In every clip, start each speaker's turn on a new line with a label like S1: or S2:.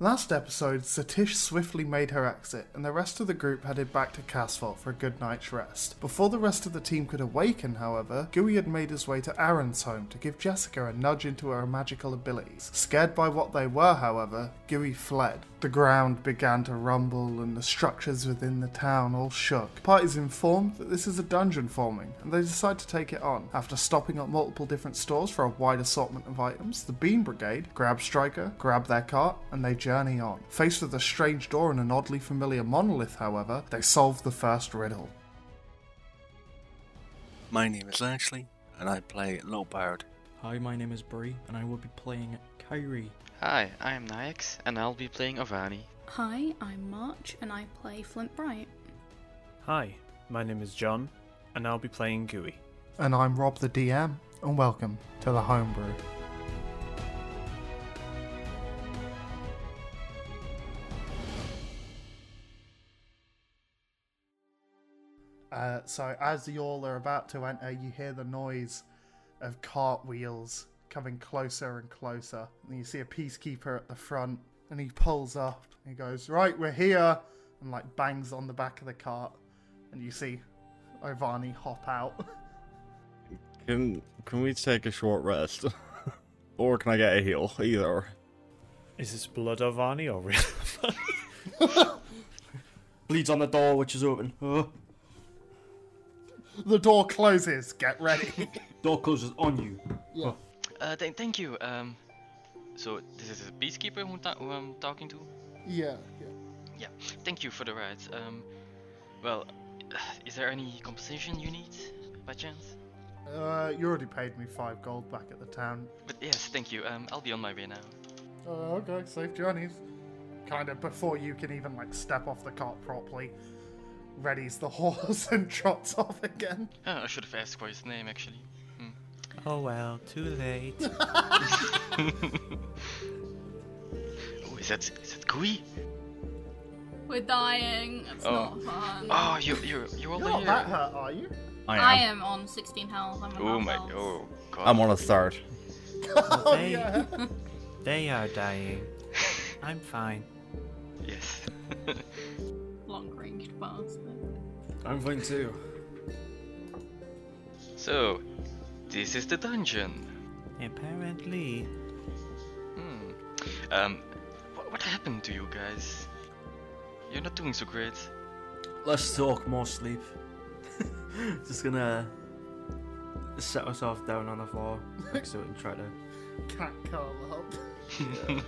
S1: Last episode, Satish swiftly made her exit, and the rest of the group headed back to Casfort for a good night's rest. Before the rest of the team could awaken, however, Gooey had made his way to Aaron's home to give Jessica a nudge into her magical abilities. Scared by what they were, however, Gooey fled. The ground began to rumble, and the structures within the town all shook. The Party is informed that this is a dungeon forming, and they decide to take it on. After stopping at multiple different stores for a wide assortment of items, the Bean Brigade grab Striker, grab their cart, and they journey on. Faced with a strange door and an oddly familiar monolith, however, they solve the first riddle.
S2: My name is Ashley, and I play Little Bird.
S3: Hi, my name is Bree, and I will be playing Kyrie.
S4: Hi, I am Nyx, and I'll be playing Avani.
S5: Hi, I'm March and I play Flint Bright.
S6: Hi, my name is John, and I'll be playing GUI.
S1: And I'm Rob the DM, and welcome to the Homebrew. Uh, so, as you all are about to enter, you hear the noise of cartwheels coming closer and closer. And you see a peacekeeper at the front, and he pulls up and he goes, Right, we're here! And like bangs on the back of the cart. And you see Ovani hop out.
S7: Can can we take a short rest? or can I get a heal? Either.
S6: Is this Blood Ovani or real?
S8: bleeds on the door, which is open. Oh,
S1: the door closes, get ready.
S8: door closes on you.
S4: Uh, th- thank you. Um, so this is a peacekeeper who, ta- who I'm talking to.
S1: yeah, yeah.
S4: Yeah. Thank you for the ride. Um, well, is there any compensation you need, by chance?
S1: Uh, you already paid me five gold back at the town.
S4: But yes, thank you. Um, I'll be on my way now.
S1: Oh, okay, safe journeys. Kind of before you can even like step off the cart properly, readies the horse and trots off again.
S4: Oh, I should have asked for his name actually. Hmm.
S3: Oh well, too late.
S4: Oh, is that is that Gui?
S5: We're dying. It's
S4: Oh.
S5: not fun.
S4: Oh, you you you're all
S1: You're not
S4: here.
S1: that hurt, are you?
S7: I am.
S5: I am on 16 health. I'm on
S4: Oh
S5: half
S4: my
S5: health.
S4: oh god.
S7: I'm on a third.
S1: Oh
S3: Hey.
S1: yeah.
S3: they are dying. I'm fine.
S4: Yes.
S5: Long ranged bastard.
S8: I'm fine too.
S4: so, this is the dungeon.
S3: Apparently,
S4: Hmm. Um, what, what happened to you guys? You're not doing so great.
S8: Let's talk more sleep. Just gonna set myself down on the floor next to it and try to.
S1: Cat curl up.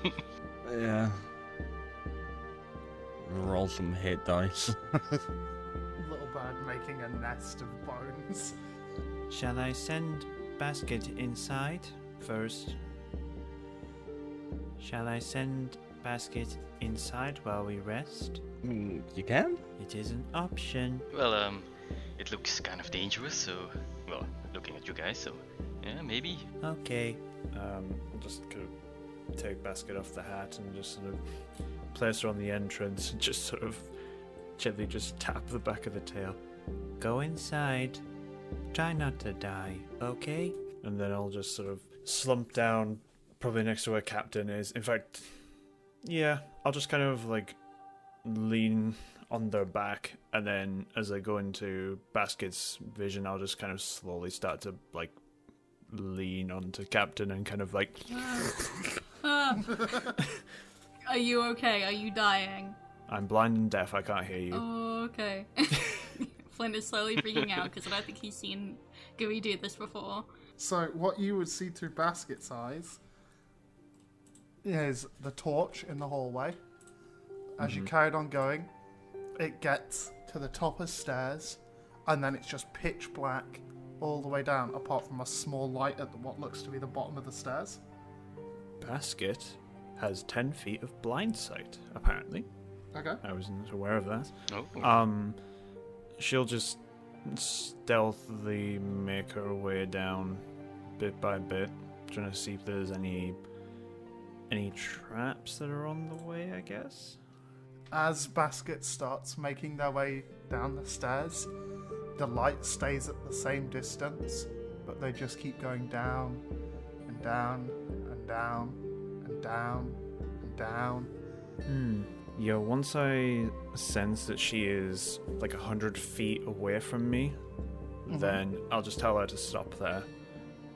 S7: Yeah. Roll some hit dice.
S1: Little bird making a nest of bones.
S3: shall I send basket inside first? Shall I send basket inside while we rest?
S7: Mm, you can?
S3: It is an option.
S4: Well, um, it looks kind of dangerous, so, well, looking at you guys, so, yeah, maybe.
S3: Okay.
S6: Um, I'll just kind of take basket off the hat and just sort of place her on the entrance and just sort of gently just tap the back of the tail,
S3: Go inside. Try not to die, okay?
S6: and then I'll just sort of slump down, probably next to where Captain is. In fact, yeah, I'll just kind of like lean on their back, and then as I go into Basket's vision, I'll just kind of slowly start to like lean onto Captain and kind of like
S5: Are you okay? Are you dying?
S6: I'm blind and deaf. I can't hear
S5: Oh.
S6: you.
S5: Okay. Flint is slowly freaking out because I don't think he's seen Gooey do this before.
S1: So what you would see through Basket's eyes is the torch in the hallway. As you carried on going, it gets to the top of stairs, and then it's just pitch black all the way down, apart from a small light at the, what looks to be the bottom of the stairs.
S6: Basket has ten feet of blind sight. Apparently,
S1: Okay.
S6: I wasn't aware of that.
S4: No?
S8: Uh,
S6: Um, she'll just stealthily make her way down, bit by bit, trying to see if there's any any traps that are on the way. I guess.
S1: As Basket starts making their way down the stairs, the light stays at the same distance, but they just keep going down and down and down and down and down
S6: Yeah, once I sense that she is like a hundred feet away from me,
S1: Mm-hmm.
S6: then I'll just tell her to stop there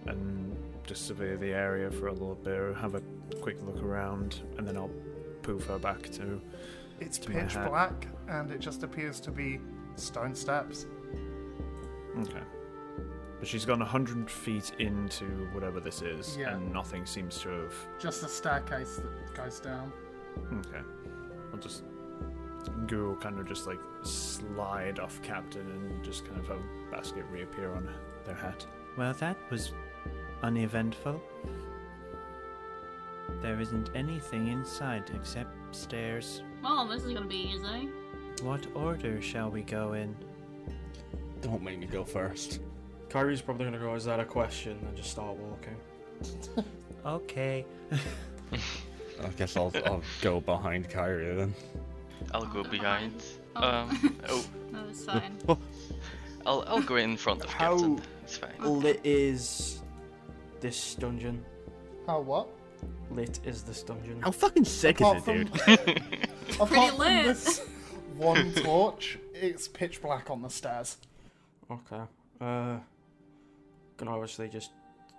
S6: and just survey the area for a little bit, have a quick look around, and then I'll poof her back to.
S1: It's
S6: my
S1: pitch
S6: hat.
S1: black, and it just appears to be stone steps.
S6: Okay. But she's gone a hundred feet into whatever this is,
S1: Yeah.
S6: and nothing seems to have
S1: Just a staircase that goes down.
S6: Okay. I'll just. Goo will kind of just like slide off Captain and just kind of have a basket reappear on their hat.
S3: Well, that was uneventful. There isn't anything inside except stairs.
S5: Well, this is gonna be easy.
S3: What order shall we go in?
S7: Don't make me go first.
S8: Kyrie's probably gonna go, is that a question? And just start walking.
S3: Okay.
S7: I guess I'll, I'll go behind Kyrie then.
S4: I'll go behind.
S5: Oh.
S4: Um, oh,
S5: That was fine.
S4: I'll I'll go in front of Captain.
S8: How-
S4: It's fine.
S8: Lit is this dungeon.
S1: How Oh, what?
S8: Lit is this dungeon.
S7: How fucking sick
S1: Apart
S7: is it,
S1: from,
S7: dude?
S1: apart
S5: Pretty
S1: from
S5: lit.
S1: this one torch, it's pitch black on the stairs.
S8: Okay. Uh, can obviously just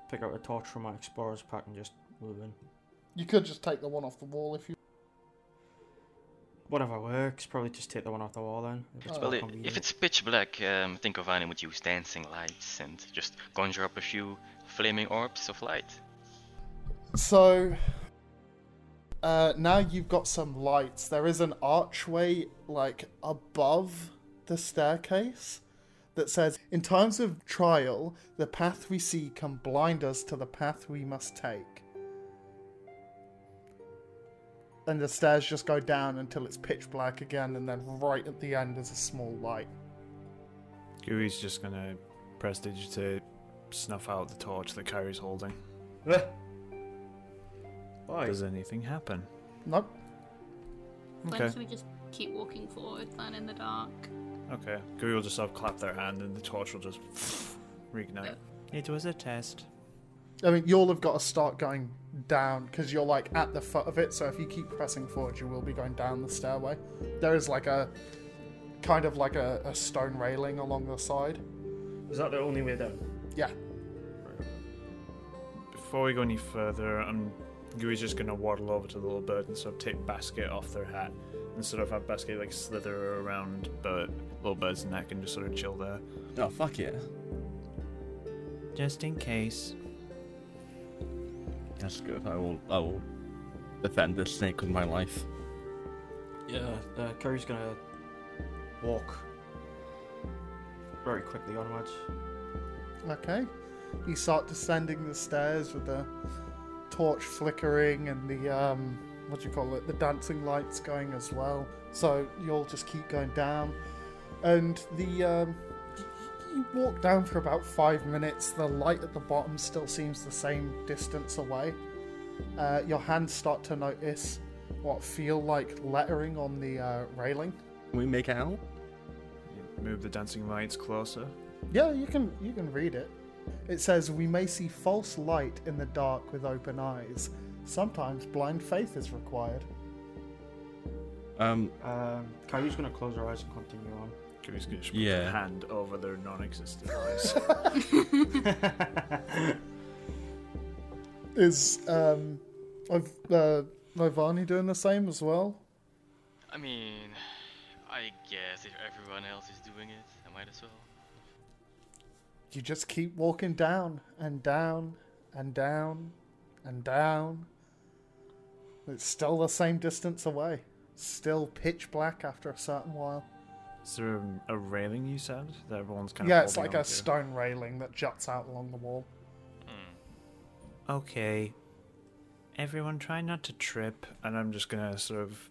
S8: pick out a torch from my explorer's pack and just move in.
S1: You could just take the one off the wall if you.
S8: Whatever works. Probably just take the one off the wall then. If
S1: Oh.
S4: Well,
S8: more
S4: i if
S8: convenient.
S4: it's pitch black, um, think of Arnim would use dancing lights and just conjure up a few flaming orbs of light.
S1: So uh, now you've got some lights. There is an archway like above the staircase that says, "In times of trial, the path we see can blind us to the path we must take." And the stairs just go down until it's pitch black again, and then right at the end is a small light.
S6: Gooey's just gonna prestige to snuff out the torch that Kyrie's holding.
S8: Why?
S6: Does anything happen?
S1: Nope.
S5: Why
S6: Okay.
S5: don't we just keep walking forward then in the dark?
S6: Okay. Gooey will just have clap their hand and the torch will just reignite.
S3: It was a test.
S1: I mean, you'll have got to start going down because you're like at the foot of it. So if you keep pressing forward, you will be going down the stairway. There is like a kind of like a, a stone railing along the side.
S8: Is that the only way down?
S1: Yeah.
S6: Before we go any further, um, Gooey's just gonna waddle over to the little bird and sort of take Basket off their hat and sort of have Basket like slither around but little bird's neck and just sort of chill there.
S7: Oh, fuck yeah.
S3: Just in case.
S7: That's good. I will, I will defend this snake with my life.
S8: Yeah. Uh, Kyrie's gonna walk very quickly onwards.
S1: Okay. You start descending the stairs with the torch flickering and the um, what do you call it? The dancing lights going as well. So you'll just keep going down, and the um, y- y- you walk down for about five minutes. The light at the bottom still seems the same distance away. Uh, your hands start to notice what feel like lettering on the uh, railing.
S7: Can we make out?
S6: Move the dancing lights closer.
S1: Yeah, you can you can read it. It says we may see false light in the dark with open eyes. Sometimes blind faith is required.
S7: Um,
S8: Um, Kyrie's gonna close her eyes and continue on.
S6: Gooey's gonna just put
S7: Yeah.
S6: her hand over their non-existent eyes.
S1: Is um, I've uh, Novani doing the same as well?
S4: I mean, I guess if everyone else is doing it, I might as well.
S1: You just keep walking down and down and down and down. It's still the same distance away. Still pitch black after a certain while.
S6: Is there a, a railing you said that everyone's kind of
S1: yeah, it's
S6: holding
S1: like a
S6: onto?
S1: stone railing that juts out along the wall.
S3: Okay.
S6: Everyone, try not to trip, and I'm just gonna sort of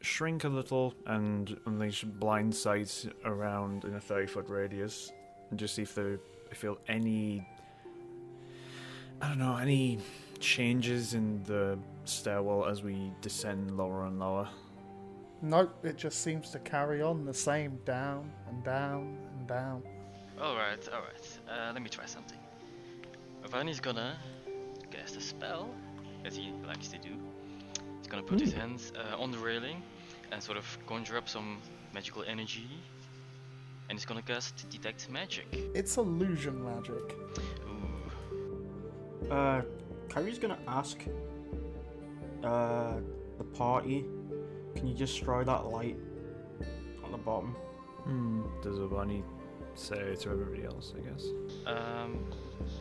S6: shrink a little and unleash blind sight around in a thirty foot radius, and just see if there I feel any I don't know any changes in the stairwell as we descend lower and lower.
S1: Nope, it just seems to carry on the same down and down and down.
S4: Alright, alright. Uh, let me try something. Vani's gonna cast a spell, as he likes to do. He's gonna put his hands uh, on the railing and sort of conjure up some magical energy. And he's gonna cast Detect Magic.
S1: It's illusion magic.
S4: Ooh.
S8: Uh, Kyrie's gonna ask uh, the party, can you destroy that light on the bottom?
S6: Hmm. Does Obani say to everybody else? I guess.
S4: Um,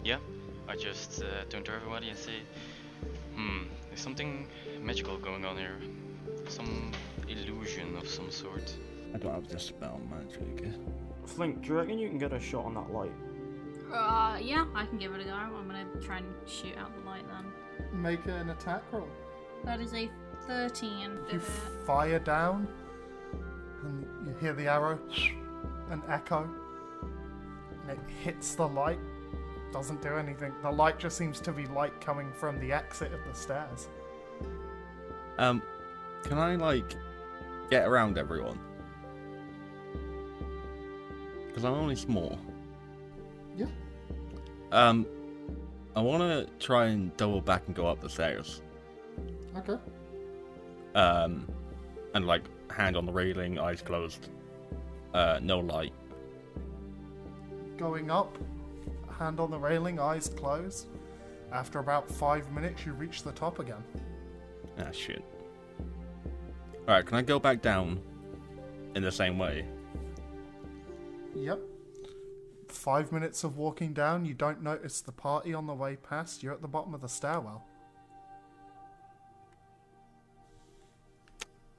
S4: yeah, I just uh, turn to everybody and say, hmm, there's something magical going on here. Some illusion of some sort.
S7: I don't have the spell magic.
S8: Flink, do you reckon you can get a shot on that light?
S5: Uh, yeah, I can give it a go. I'm gonna try and shoot out the light then.
S1: Make an attack roll.
S5: That is a 13.
S1: You
S5: Is it?
S1: fire down, and you hear the arrow, an echo, and it hits the light. Doesn't do anything. The light just seems to be light coming from the exit of the stairs.
S7: Um, can I like get around everyone? Because I'm only small.
S1: Yeah.
S7: Um, I want to try and double back and go up the stairs.
S1: Okay.
S7: Um, and like hand on the railing, eyes closed. Uh, no light.
S1: Going up, hand on the railing, eyes closed. After about five minutes, you reach the top again.
S7: Ah, shit. Alright, can I go back down in the same way?
S1: Yep. Five minutes of walking down, you don't notice the party on the way past. You're at the bottom of the stairwell.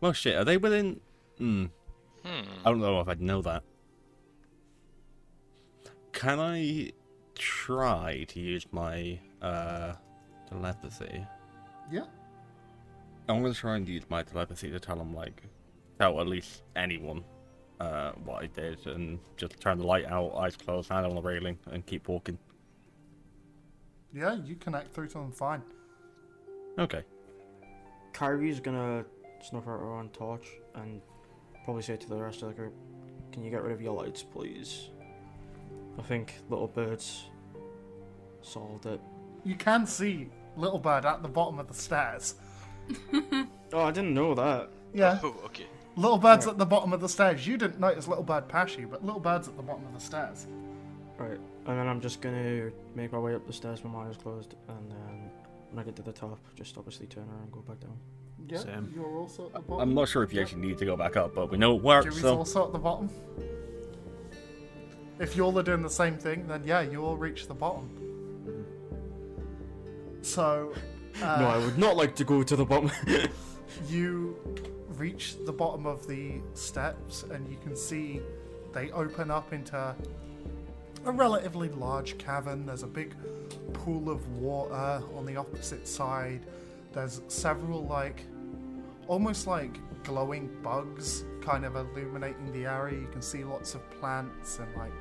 S7: Well, shit, are they within. Hmm. I don't know if I'd know that. Can I try to use my uh, telepathy?
S1: Yeah.
S7: I'm going to try and use my telepathy to tell them, like, tell at least anyone uh, what I did and just turn the light out, eyes closed, hand on the railing, and keep walking.
S1: Yeah, you connect through to them fine.
S7: Okay.
S8: Kyrie's gonna snuff out her own torch and probably say to the rest of the group, "Can you get rid of your lights, please?" I think little birds solved it.
S1: You can see Little Bird at the bottom of the stairs.
S8: Oh, I didn't know that.
S1: Yeah.
S4: Oh, okay.
S1: Little Bird's at the bottom of the stairs. You didn't notice Little Bird past you, but Little Bird's at the bottom of the stairs.
S8: Right, and then I'm just gonna make my way up the stairs with my eyes closed, and then when I get to the top, just obviously turn around and go back down.
S1: Yeah,
S6: Sam.
S1: you're also at the bottom.
S7: I'm not sure if you actually need to go back up, but we know it works,
S1: Dewey's
S7: so.
S1: also at the bottom. If you all are doing the same thing, then yeah, you all reach the bottom.
S7: Mm-hmm.
S1: So, Uh.
S8: no, I would not like to go to the bottom.
S1: you reach the bottom of the steps and you can see they open up into a relatively large cavern. There's a big pool of water on the opposite side. There's several, like, almost like glowing bugs kind of illuminating the area. You can see lots of plants and, like,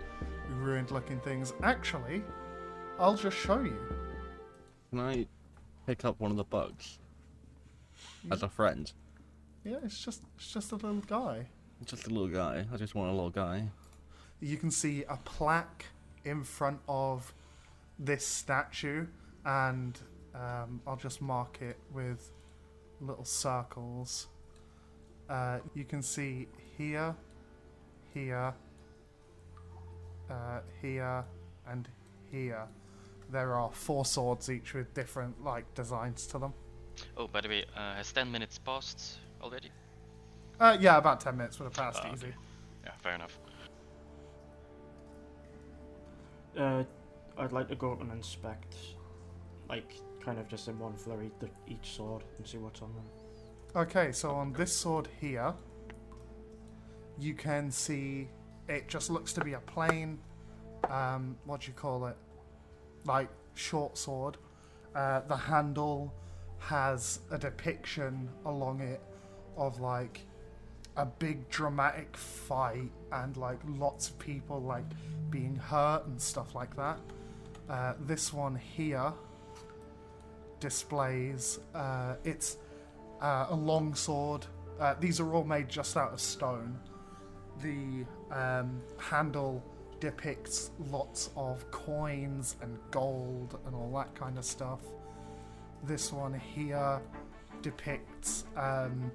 S1: ruined looking things. Actually, I'll just show you.
S7: Can I pick up one of the bugs as a friend?
S1: Yeah, it's just it's just a little guy.
S7: Just a little guy. I just want a little guy.
S1: you can see a plaque in front of this statue, and um, I'll just mark it with little circles. Uh, you can see here, here, uh, here, and here. There are four swords, each with different like designs to them.
S4: Oh, by the way, uh, has 10 minutes passed already?
S1: Uh, yeah, about ten minutes would have passed
S4: Ah,
S1: easy.
S4: okay. Yeah, fair enough.
S8: uh, I'd like to go up and inspect, like, kind of just in one flurry, the, each sword and see what's on them.
S1: Okay, so on this sword here, you can see it just looks to be a plain, um, what do you call it? Like short sword. Uh, the handle has a depiction along it of like a big dramatic fight and like lots of people like being hurt and stuff like that. Uh, this one here displays uh, it's uh, a long sword. Uh, these are all made just out of stone. The um, handle depicts lots of coins and gold and all that kind of stuff. This one here depicts um,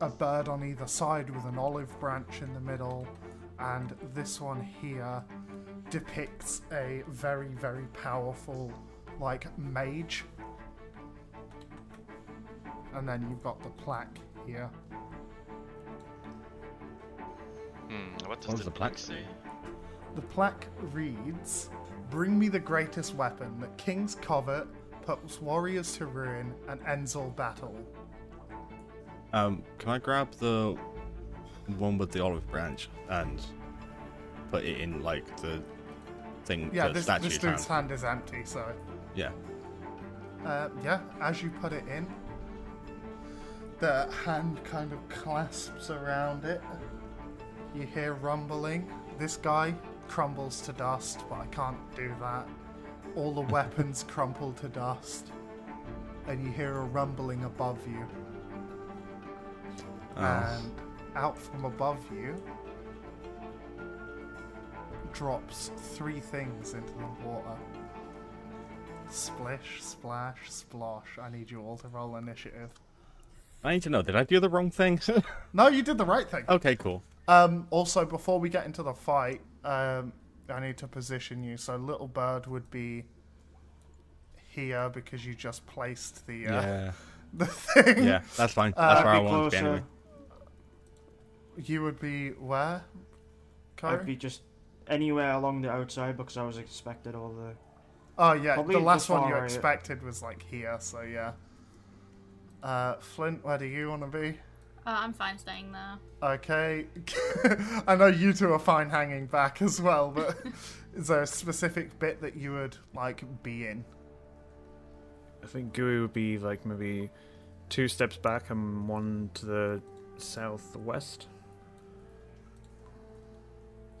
S1: a bird on either side with an olive branch in the middle, and this one here depicts a very, very powerful, like, mage. And then you've got the plaque here.
S4: Hmm, what does
S7: What does
S4: the
S7: the plaque
S4: plaque say?
S1: The plaque reads Bring me the greatest weapon that King's Covert puts warriors to ruin and ends all battle.
S7: Um, can I grab the one with the olive branch and put it in like the thing?
S1: Yeah,
S7: the
S1: this,
S7: statue's
S1: this dude's
S7: hand?
S1: hand is empty, so.
S7: Yeah.
S1: Uh, yeah, as you put it in, the hand kind of clasps around it. You hear rumbling. This guy crumbles to dust, but I can't do that. All the weapons crumple to dust, and you hear a rumbling above you.
S7: Oh.
S1: And out from above you drops three things into the water. Splish, splash, splosh. I need you all to roll initiative.
S7: I need to know. Did I do the wrong thing?
S1: No, you did the right thing.
S8: Oh.
S7: okay, cool.
S1: Um, also, before we get into the fight, um, I need to position you. So, little bird would be here because you just placed the uh,
S7: Yeah,
S1: the thing.
S7: yeah, that's fine.
S1: Uh,
S7: That's where I
S8: be
S7: want to be
S8: closer.
S7: anyway.
S1: You would be where? Kyrie?
S8: I'd be just anywhere along the outside because I was expected all the.
S1: Oh yeah,
S8: Probably
S1: the last
S8: before
S1: one you
S8: I-
S1: expected was like here, so yeah. Uh, Flint, where do you want to be?
S5: Uh, I'm fine staying there.
S1: Okay, I know you two are fine hanging back as well, but is there a specific bit that you would like be in?
S6: I think Gui would be like maybe two steps back and one to the southwest.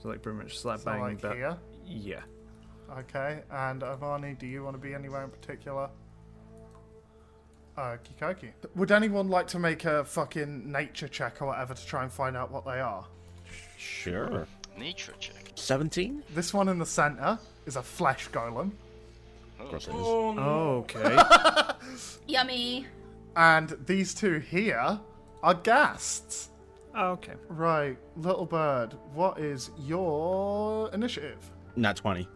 S6: So like pretty much slap
S1: So,
S6: bang
S1: like
S6: that.
S1: here,
S6: Yeah.
S1: okay. And Avani, do you want to be anywhere in particular? Uh, Okie dokie. Would anyone like to make a fucking nature check or whatever to try and find out what they are?
S7: Sure.
S4: Nature check.
S7: Seventeen.
S1: This one in the center is a flesh golem.
S7: Of course it is.
S8: Oh,
S6: Oh, okay.
S5: Yummy.
S1: And these two here are ghasts.
S6: oh, okay.
S1: Right, little bird, what is your initiative?
S7: Nat twenty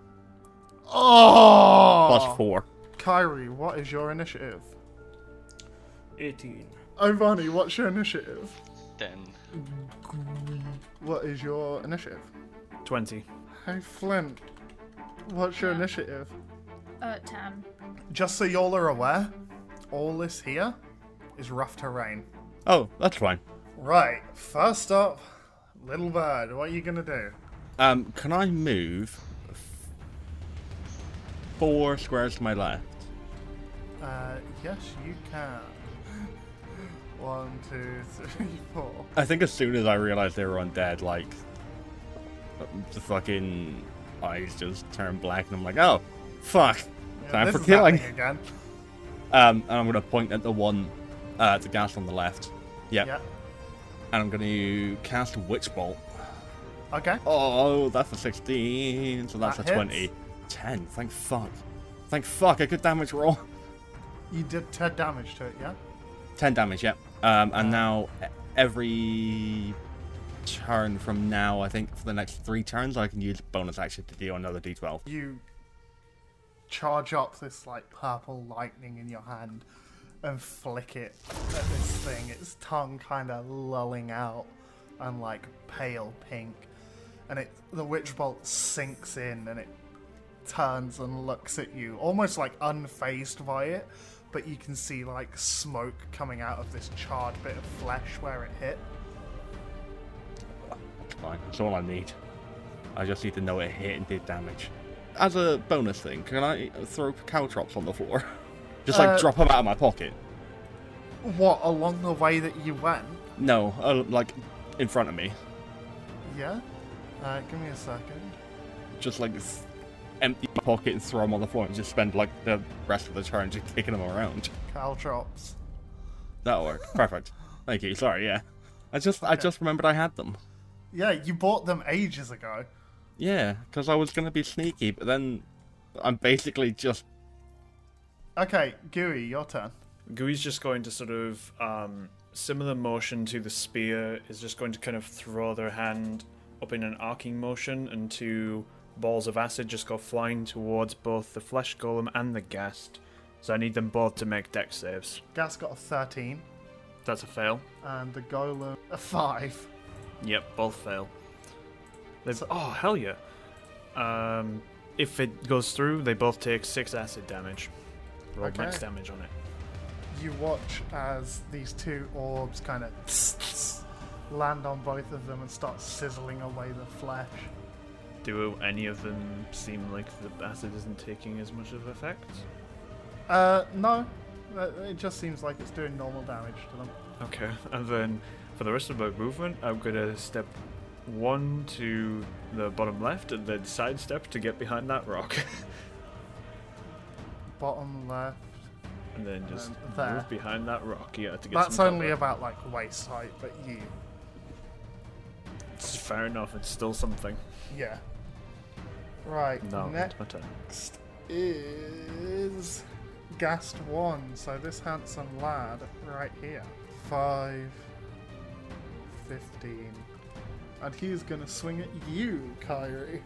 S1: Oh!
S7: plus four.
S1: Kyrie, what is your initiative?
S8: 18.
S1: Ovani, what's your initiative?
S4: Then
S1: What is your initiative?
S6: Twenty.
S1: Hey, Flint, what's your initiative?
S5: Uh, 10.
S1: Just so y'all are aware, all this here is rough terrain.
S7: Oh, that's fine.
S1: Right, first up, little bird, what are you gonna do?
S7: Um, can I move f- four squares to my left?
S1: Uh, yes, you can. One, two, three, four.
S7: I think as soon as I realized they were undead, like the fucking eyes just turn black, and I'm like, oh, fuck,
S1: Yeah,
S7: time
S1: this
S7: for
S1: is happening
S7: killing.
S1: again.
S7: Um, and I'm gonna point at the one, uh, the gas on the left. Yep.
S1: Yeah.
S7: And I'm gonna cast Witch Bolt.
S1: Okay.
S7: Oh, that's a 16, so that's
S1: That
S7: a
S1: hits.
S7: 20. 10, thank fuck. Thank fuck, I could damage roll.
S1: You did 10 damage to it, yeah?
S7: 10 damage, yep. Um, and now e- every turn from now, I think for the next three turns, I can use bonus action to deal another d12.
S1: You charge up this, like, purple lightning in your hand and flick it at this thing, its tongue kind of lulling out and, like, pale pink. And it, the witch bolt sinks in and it turns and looks at you, almost like unfazed by it, but you can see, like, smoke coming out of this charred bit of flesh where it hit.
S7: Fine, that's all I need. I just need to know it hit and did damage. As a bonus thing, can I throw caltrops on the floor? Just like
S1: Uh,
S7: drop them out of my pocket?
S1: What, along the way that you went?
S7: No, uh, like in front of me.
S1: Yeah? Uh, give me a second.
S7: Just like th- empty my pocket and throw them on the floor and just spend like the rest of the turn just kicking them around.
S1: Caltrops.
S7: That'll work. Perfect. Thank you. Sorry, yeah. I just I just remembered I had them.
S1: Yeah, you bought them ages ago.
S7: Yeah, because I was gonna be sneaky, but then I'm basically just
S1: Okay, Gooey, your turn.
S6: Gui's just going to sort of um, similar motion to the spear is just going to kind of throw their hand up in an arcing motion, and two balls of acid just go flying towards both the flesh golem and the ghast. So I need them both to make deck saves.
S1: Gas got a 13,
S6: That's a fail.
S1: and the golem a 5.
S6: Yep, both fail. They've, oh hell yeah! Um, if it goes through, they both take six acid damage. Roll max
S1: Okay.
S6: damage on it.
S1: You watch as these two orbs kind of land on both of them and start sizzling away the flesh.
S6: Do any of them seem like the acid isn't taking as much of effect?
S1: Uh, no. Uh, It just seems like it's doing normal damage to them.
S6: Okay, and then for the rest of my movement, I'm gonna step one to the bottom left and then sidestep to get behind that rock,
S1: Bottom left.
S6: and then just
S1: Um, there.
S6: move behind that rock. Yeah, to get.
S1: That's
S6: some
S1: only
S6: cover.
S1: about like waist height, but you.
S6: It's fair enough. It's still something.
S1: Yeah. Right.
S6: No,
S1: next
S6: it's my turn.
S1: is Gast One. So this handsome lad right here. Five. Fifteen. And he's gonna swing at you, Kyrie.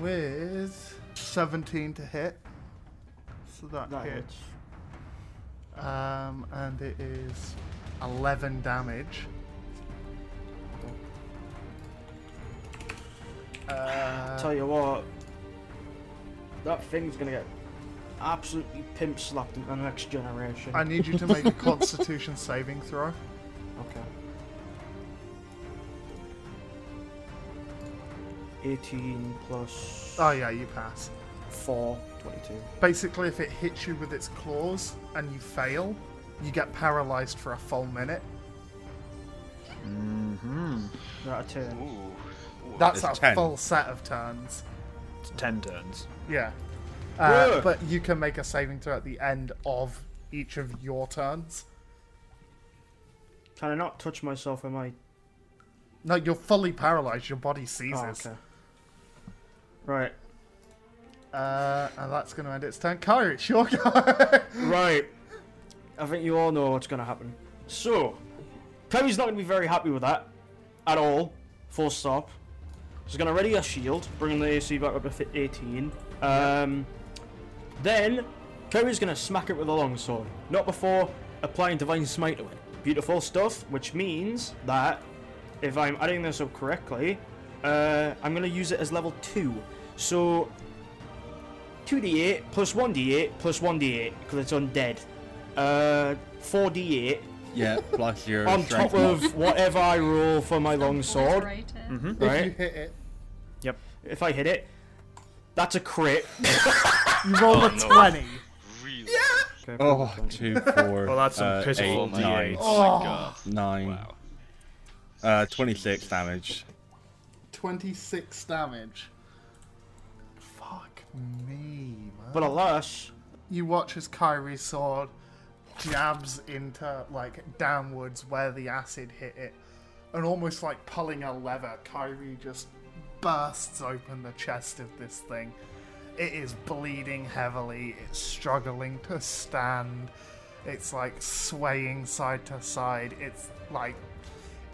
S1: With seventeen to hit. So that,
S8: That
S1: hits.
S8: hits.
S1: Um, and it is 11 damage. Uh,
S8: Tell you what, that thing's gonna get absolutely pimp slapped in the next generation.
S1: I need you to make a constitution saving throw.
S8: Okay. 18 plus
S1: Oh, yeah, you pass.
S8: 4, 22.
S1: Basically, if it hits you with its claws and you fail, you get paralyzed for a full minute.
S8: That a turn.
S4: Ooh.
S1: That's
S7: It's
S1: a
S7: 10.
S1: full set of turns.
S6: It's ten turns.
S1: Yeah. Uh,
S7: Yeah.
S1: but you can make a saving throw at the end of each of your turns.
S8: Can I not touch myself in my.
S1: No, you're fully paralyzed. Your body seizes.
S8: Oh, okay. Right.
S1: Uh, and that's going to end its turn. Kyrie, it's your go.
S8: Right. I think you all know what's going to happen. So, Perry's not going to be very happy with that at all. Full stop. She's going to ready a shield, bringing the AC back up to fi- 18. Um, then, Perry's going to smack it with a longsword. Not before applying Divine Smite to it. Beautiful stuff, which means that, if I'm adding this up correctly, uh, I'm going to use it as level 2. So, 2d8 plus 1d8 plus 1d8 because it's undead. Uh, 4d8
S7: Yeah, plus your
S8: on
S7: strength
S8: top of whatever I roll for my long sword,
S5: Obliterated.
S1: if you
S8: right?
S1: hit it,
S6: Yep.
S8: If I hit it, that's a crit.
S1: you roll
S4: Oh,
S1: a
S4: no.
S1: 20.
S4: Really?
S7: Oh, two, four.
S6: Well, that's some
S7: uh,
S6: pitiful
S7: eight,
S6: D8s.
S7: nine,
S4: Oh my god.
S7: nine,
S4: Wow.
S7: uh, 26 damage.
S1: 26 damage. Fuck me, man.
S8: But alas,
S1: You watch as Kyrie's sword jabs into, like, downwards where the acid hit it. And almost like pulling a lever, Kyrie just bursts open the chest of this thing. It is bleeding heavily, it's struggling to stand, it's like swaying side to side, it's like.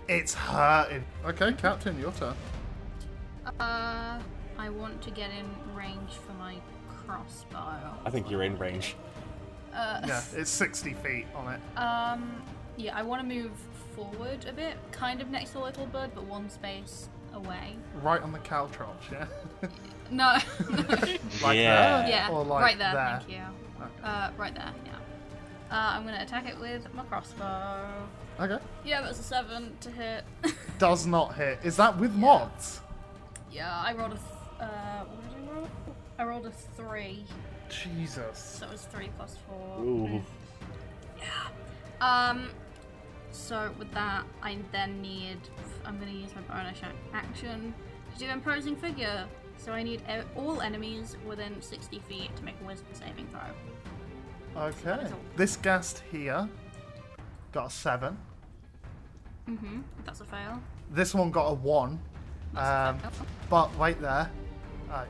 S1: It's hurting. Okay, Captain, your turn.
S5: Uh, I want to get in range for my crossbow.
S7: I think you're in range.
S5: Uh,
S1: Yeah, it's 60 feet on it.
S5: Um, yeah, I want to move forward a bit, kind of next to the little bird, but one space away.
S1: Right on the caltrop, yeah?
S5: No,
S1: like
S2: Yeah.
S1: there?
S5: yeah,
S1: Or like
S5: right there,
S1: there?
S5: Thank you. Uh, right there. Yeah. Uh, I'm gonna attack it with my crossbow.
S1: Okay.
S5: Yeah, that's a seven to hit.
S1: Does not hit. Is that with mods?
S5: yeah, I rolled a. Th- uh, what did I roll? I rolled a three,
S1: Jesus.
S5: so it was three plus four. Ooh. Yeah. Um. So with that, I then need. I'm gonna use my bonus ac- action to do imposing figure. So I need e- all enemies within 60 feet to make a wisdom saving throw.
S1: Okay. This ghast here got a 7.
S5: Mm-hmm. That's a fail.
S1: This one got a 1. Um,
S5: Oh.
S1: but wait there. Oh,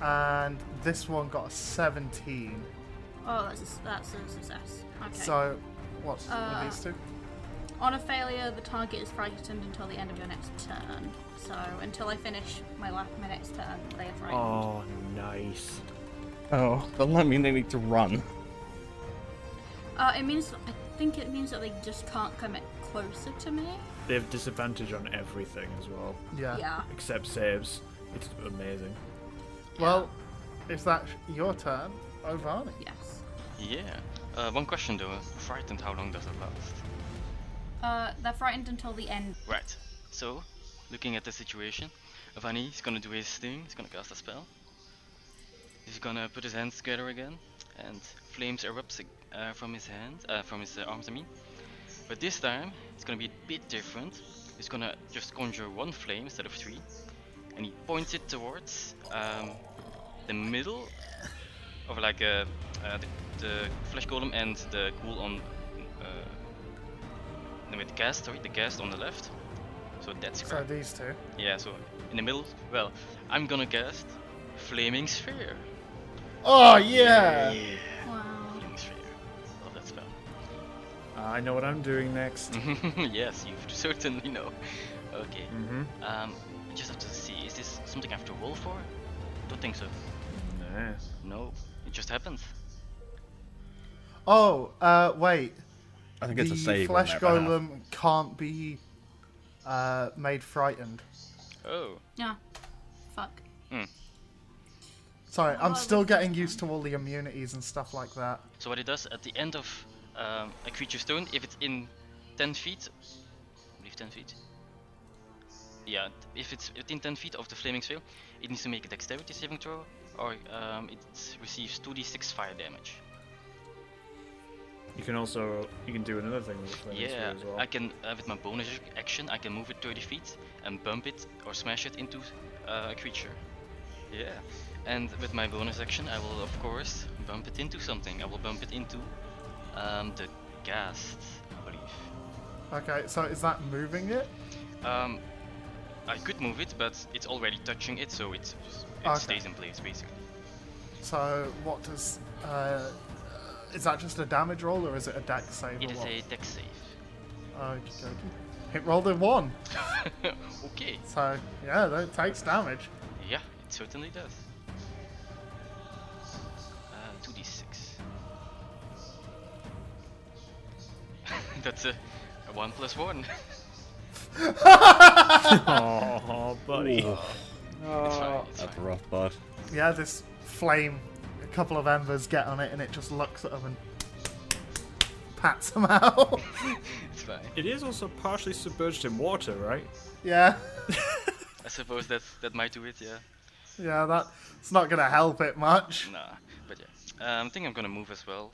S1: Right. And this one got a 17.
S5: Oh, that's a, that's a success. Okay.
S1: So, what?
S5: Uh,
S1: what these two?
S5: On a failure, the target is frightened until the end of your next turn. So until I finish my last my next turn, they are frightened.
S3: Oh, nice.
S7: Oh, doesn't that mean they need to run?
S5: Uh, it means I think it means that they just can't come it closer to me.
S6: They have disadvantage on everything as well,
S1: Yeah.
S5: Yeah.
S6: except saves. It's amazing.
S1: Well, if that's your turn, Ovani.
S5: Yes.
S4: Yeah. Uh, one question though. Frightened, how long does it last?
S5: Uh, they're frightened until the end.
S4: Right. So, looking at the situation, Avani is gonna do his thing. He's gonna cast a spell. He's gonna put his hands together again, and flames erupts ag- uh, from his hand, uh, from his uh, arms. I mean. But this time, it's gonna be a bit different. He's gonna just conjure one flame instead of three, and he points it towards um, the middle of like uh, uh, the, the flesh golem and the ghoul on. Uh, no, wait, the ghast, sorry, the ghast on the left. So that's
S1: So
S4: correct.
S1: these two.
S4: Yeah, so in the middle, well, I'm gonna cast Flaming Sphere.
S1: Oh yeah.
S5: Wow.
S4: Flaming Sphere. Love that spell.
S6: Uh, I know what I'm doing next.
S4: yes, you certainly know. Okay.
S6: Mm-hmm.
S4: Um, I just have to see, is this something I have to roll for? Don't think so.
S6: Nice.
S4: No, it just happens.
S1: Oh, uh, wait.
S7: I think it's
S1: the
S7: a save. on
S1: flesh
S7: their behalf.
S1: golem can't be uh, made frightened.
S4: Oh.
S5: Yeah. Fuck.
S1: Sorry, I'm
S5: Oh,
S1: still
S5: this is
S1: getting used to all the immunities and stuff like that.
S4: So what it does at the end of um, a creature's turn, if it's in 10 feet, I believe 10 feet. Yeah, t- if it's within 10 feet of the flaming sphere, it needs to make a dexterity saving throw, or um, it receives 2d6 fire damage.
S6: You can also you can do another thing with the flaming sphere
S4: yeah,
S6: as well.
S4: I can uh, with my bonus ac- action, I can move it 30 feet and bump it or smash it into uh, a creature. Yeah, and with my bonus action, I will of course bump it into something. I will bump it into um, the ghast, I believe.
S1: Okay, so is that moving it?
S4: Um, I could move it, but it's already touching it, so it's just, it
S1: Okay.
S4: stays in place basically.
S1: So what does? Uh, is that just a damage roll or is it a dex save?
S4: It
S1: or
S4: is
S1: what?
S4: a deck save.
S1: Okey-dokey. It rolled a one,
S4: Oh, okay.
S1: so yeah, that takes damage.
S4: Yeah, it certainly does. Uh, 2d6. That's a, a 1 plus 1.
S6: Oh, buddy.
S4: it's fine, it's
S7: That's
S4: fine.
S7: rough, bud.
S1: Yeah, this flame, a couple of embers get on it, and it just looks at them and pats them out.
S4: It's fine.
S6: It is also partially submerged in water, right?
S1: yeah,
S4: I suppose that, that might do it, yeah.
S1: yeah, that it's not gonna help it much.
S4: Nah, but yeah. Um, I think I'm gonna move as well.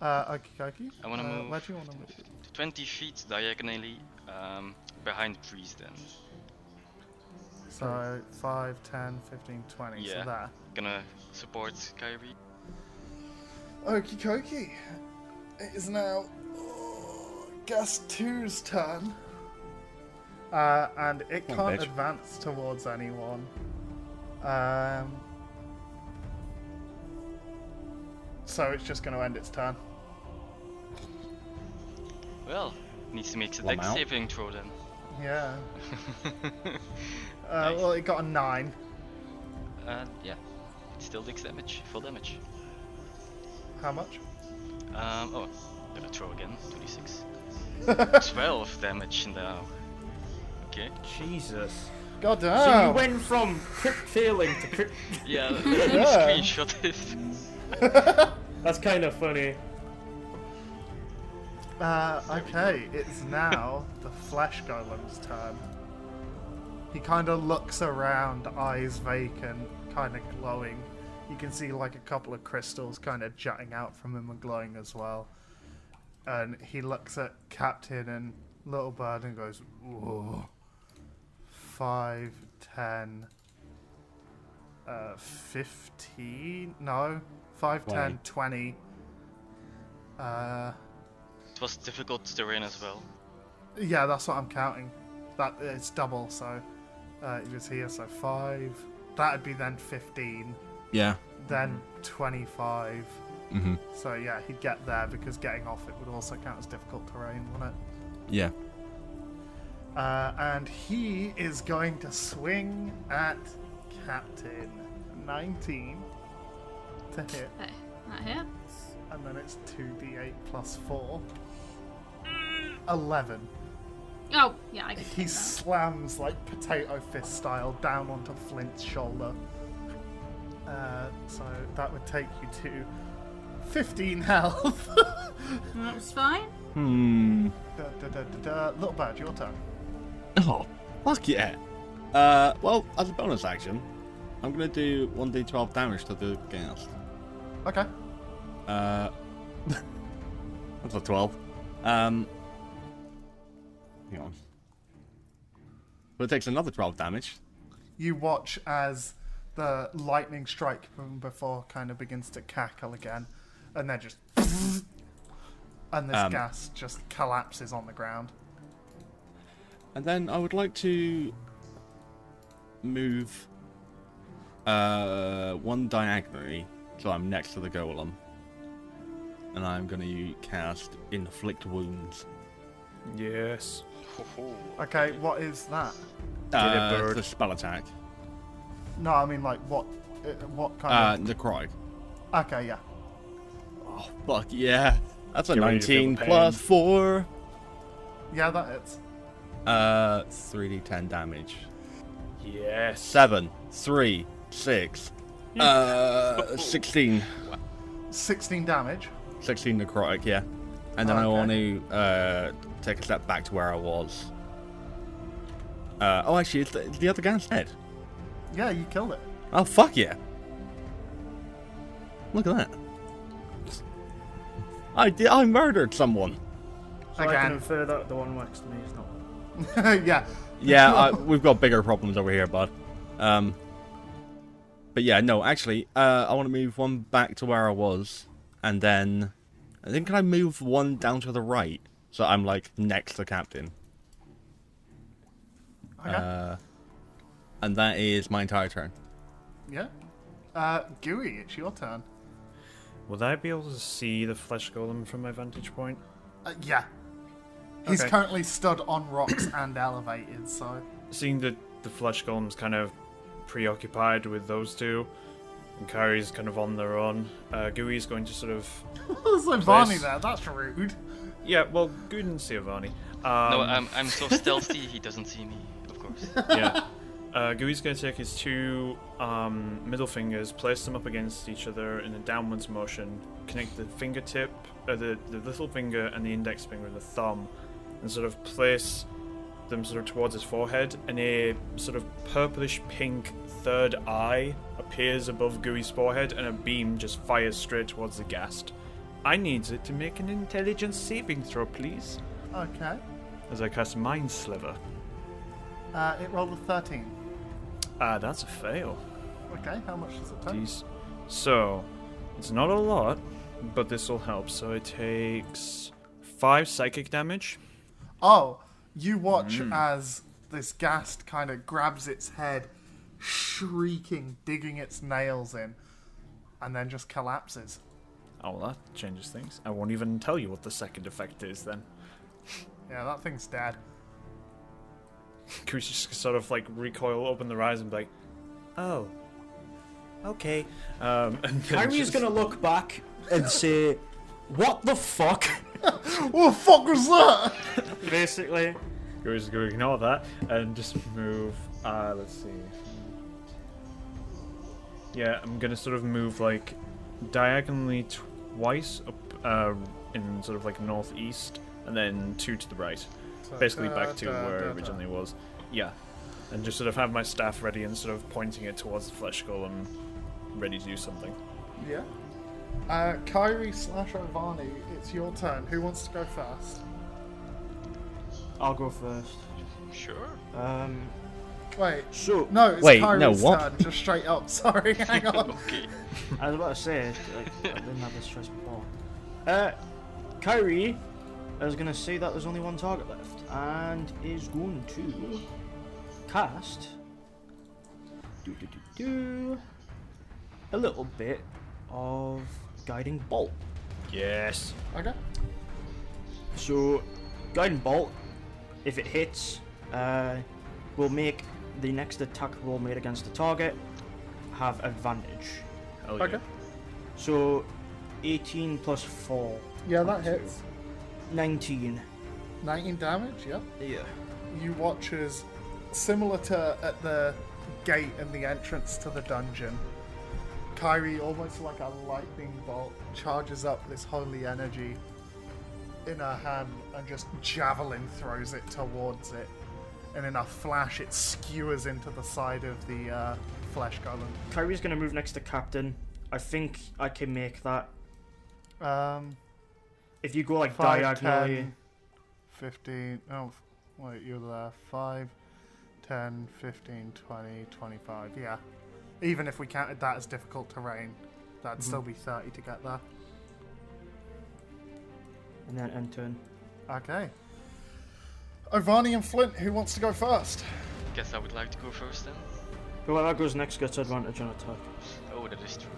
S1: Uh, okie
S4: I wanna
S1: uh,
S4: move
S1: Where do you want to move?
S4: 20 feet diagonally um, behind the trees then.
S1: So 5, 10, 15, 20.
S4: Yeah.
S1: So there.
S4: Gonna support Kyrie.
S1: Okie dokie. It is now uh, Gas 2's turn. Uh, and it
S7: Come on,
S1: can't
S7: bitch.
S1: advance towards anyone. Um, so it's just going to end its turn.
S4: Well, needs to make a
S7: One
S4: dex
S7: out.
S4: saving throw then.
S1: Yeah. Uh,
S4: Nice.
S1: Well, it got a 9.
S4: Uh, yeah, it's still dex damage, full damage.
S1: How much?
S4: Um, oh, gonna throw again, 26. 12 damage now. Okay.
S6: Jesus.
S1: God
S8: So
S1: damn!
S8: you went from crit failing to crit.
S4: Yeah, let me
S1: Yeah.
S4: screenshot this.
S8: That's kind of funny.
S1: Uh, okay, it's now the flesh golem's turn. He kind of looks around, eyes vacant, kind of glowing. You can see like a couple of crystals kind of jutting out from him and glowing as well. And he looks at Captain and Little Bird and goes, Whoa. 5, 10, uh, 15? No. 5, 10, 20. Uh.
S4: It was difficult terrain as well.
S1: Yeah, that's what I'm counting. That it's double, so uh, it was here, so five. That'd be then fifteen,
S7: Yeah.
S1: then twenty-five,
S7: Mm-hmm.
S1: So yeah, he'd get there because getting off it would also count as difficult terrain, wouldn't it?
S7: Yeah.
S1: Uh, and he is going to swing at Captain 19 to hit,
S5: Okay, that hits.
S1: and then it's 2d8 plus 4. 11.
S5: Oh, yeah, I can
S1: He
S5: take that.
S1: slams like potato fist style down onto Flint's shoulder. Uh, so that would take you to 15 health.
S5: That was fine.
S7: Hmm.
S1: da, da, da, da, da. Little bird, your turn.
S7: Oh, fuck yeah. Uh, well, as a bonus action, I'm gonna do 1d12 damage to the gas.
S1: Okay.
S7: Uh, that's a 12. Um, hang on. But it takes another 12 damage.
S1: You watch as the lightning strike from before kind of begins to cackle again, and then just. And this
S7: Um.
S1: gas just collapses on the ground.
S7: And then I would like to move uh, one diagonally so I'm next to the golem. And I'm going to cast Inflict Wounds.
S6: Yes.
S1: Okay, what is that?
S7: Uh,
S6: bird.
S7: The spell attack.
S1: No, I mean like what? uh, What
S7: Uh,
S1: kind
S7: Necrotic.
S1: of? Okay, yeah.
S7: Oh, fuck yeah. That's a
S6: Get ready to feel
S7: 19
S6: the
S7: plus
S6: pain.
S7: 4.
S1: Yeah, that hits.
S7: Uh, 3d10 damage.
S6: Yes.
S7: 7, 3, 6. Uh, 16.
S1: 16 damage.
S7: 16 necrotic, yeah. And then I
S1: Okay.
S7: want to uh, take a step back to where I was. Uh, oh, actually, it's the, the other guy's dead.
S1: Yeah, you killed it.
S7: Oh, fuck yeah. Look at that. I did, I murdered someone.
S8: So I
S1: Again.
S8: can infer that the one next to me is not.
S1: yeah.
S7: Yeah, I, we've got bigger problems over here, bud. Um, but yeah, no, actually, uh, I want to move one back to where I was, and then I think can I move one down to the right so I'm like next to captain,
S1: Okay.
S7: and that is my entire turn.
S1: yeah. Uh, Gooey, it's your turn.
S6: Would I be able to see the flesh golem from my vantage point?
S1: Uh, yeah. He's
S6: Okay.
S1: currently stood on rocks and elevated, so.
S6: Seeing that the flesh golem's kind of preoccupied with those two, and Kari's kind of on their own, uh, Gooey's going to sort of.
S1: so Barney Oh, there, that's rude.
S6: Yeah, well, Gooey didn't see Avani. Um,
S4: no, I'm, I'm so stealthy, he doesn't see me, of course.
S6: yeah. Uh, Gooey's going to take his two um, middle fingers, place them up against each other in a downwards motion, connect the fingertip, uh, the, the little finger and the index finger with the thumb, and sort of place them sort of towards his forehead, and a sort of purplish pink third eye appears above Gooey's forehead, and a beam just fires straight towards the ghast. I need it to make an intelligence saving throw, please,
S1: Okay.
S6: as I cast Mind Sliver.
S1: Uh, it rolled a 13.
S6: Ah, that's a fail.
S1: Okay, how much does it take?
S6: These- So, it's not a lot, but this will help. So it takes five psychic damage.
S1: Oh, you watch as this ghast kind of grabs its head, shrieking, digging its nails in, and then just collapses.
S6: Oh, well, that changes things. I won't even tell you what the second effect is then.
S1: Yeah, that thing's dead.
S6: Kush just sort of like recoil, open their eyes, and be like,
S3: Oh. Okay.
S6: um, and then
S8: Kyrie's
S6: just-
S8: gonna look back and say, "What the fuck?"
S1: What the Oh, fuck was that?
S8: Basically,
S6: Kui's gonna ignore that and just move. Uh, let's see. Yeah, I'm gonna sort of move like diagonally twice up uh, in sort of like northeast, and then two to the right, basically
S1: Uh,
S6: back to where I originally was. Yeah, and just sort of have my staff ready and sort of pointing it towards the flesh golem, ready to do something.
S1: Yeah. Uh, Kyrie slash Ovani, it's your turn. Who wants to go first?
S8: I'll go first.
S4: Sure.
S8: Um,
S1: Wait.
S8: so
S1: No, it's
S7: Wait,
S1: Kyrie's
S7: no, what?
S1: turn. Just straight up. Sorry, hang on.
S4: Okay.
S8: I was about to say, like, I didn't have this stress before. Uh, Kyrie is going to say that there's only one target left and is going to cast do, do, do, do, a little bit of Guiding Bolt.
S6: Yes.
S1: Okay.
S8: So, Guiding Bolt, if it hits, uh, will make the next attack roll made against the target have advantage.
S6: Hell
S1: Okay.
S8: So, 18 plus 4,
S1: Yeah, that hits.
S8: 19.
S1: 19 damage, yeah.
S8: Yeah.
S1: you watch as similar to at the gate and the entrance to the dungeon Kyrie almost like a lightning bolt charges up this holy energy in her hand and just javelin throws it towards it and in a flash it skewers into the side of the uh, flesh golem
S8: Kyrie's going to move next to Captain. I think I can make that.
S1: um
S8: If you go like
S1: 5
S8: diagonally.
S1: 10 15 oh f- wait you're there 5 10 15 20 25 yeah even if we counted that as difficult terrain that'd still be 30 to get there
S8: And then end turn.
S1: okay Ovani and Flint who wants to go first
S4: Guess I would like to go first then.
S8: Whoever goes next gets advantage on attack.
S4: Oh, that is true.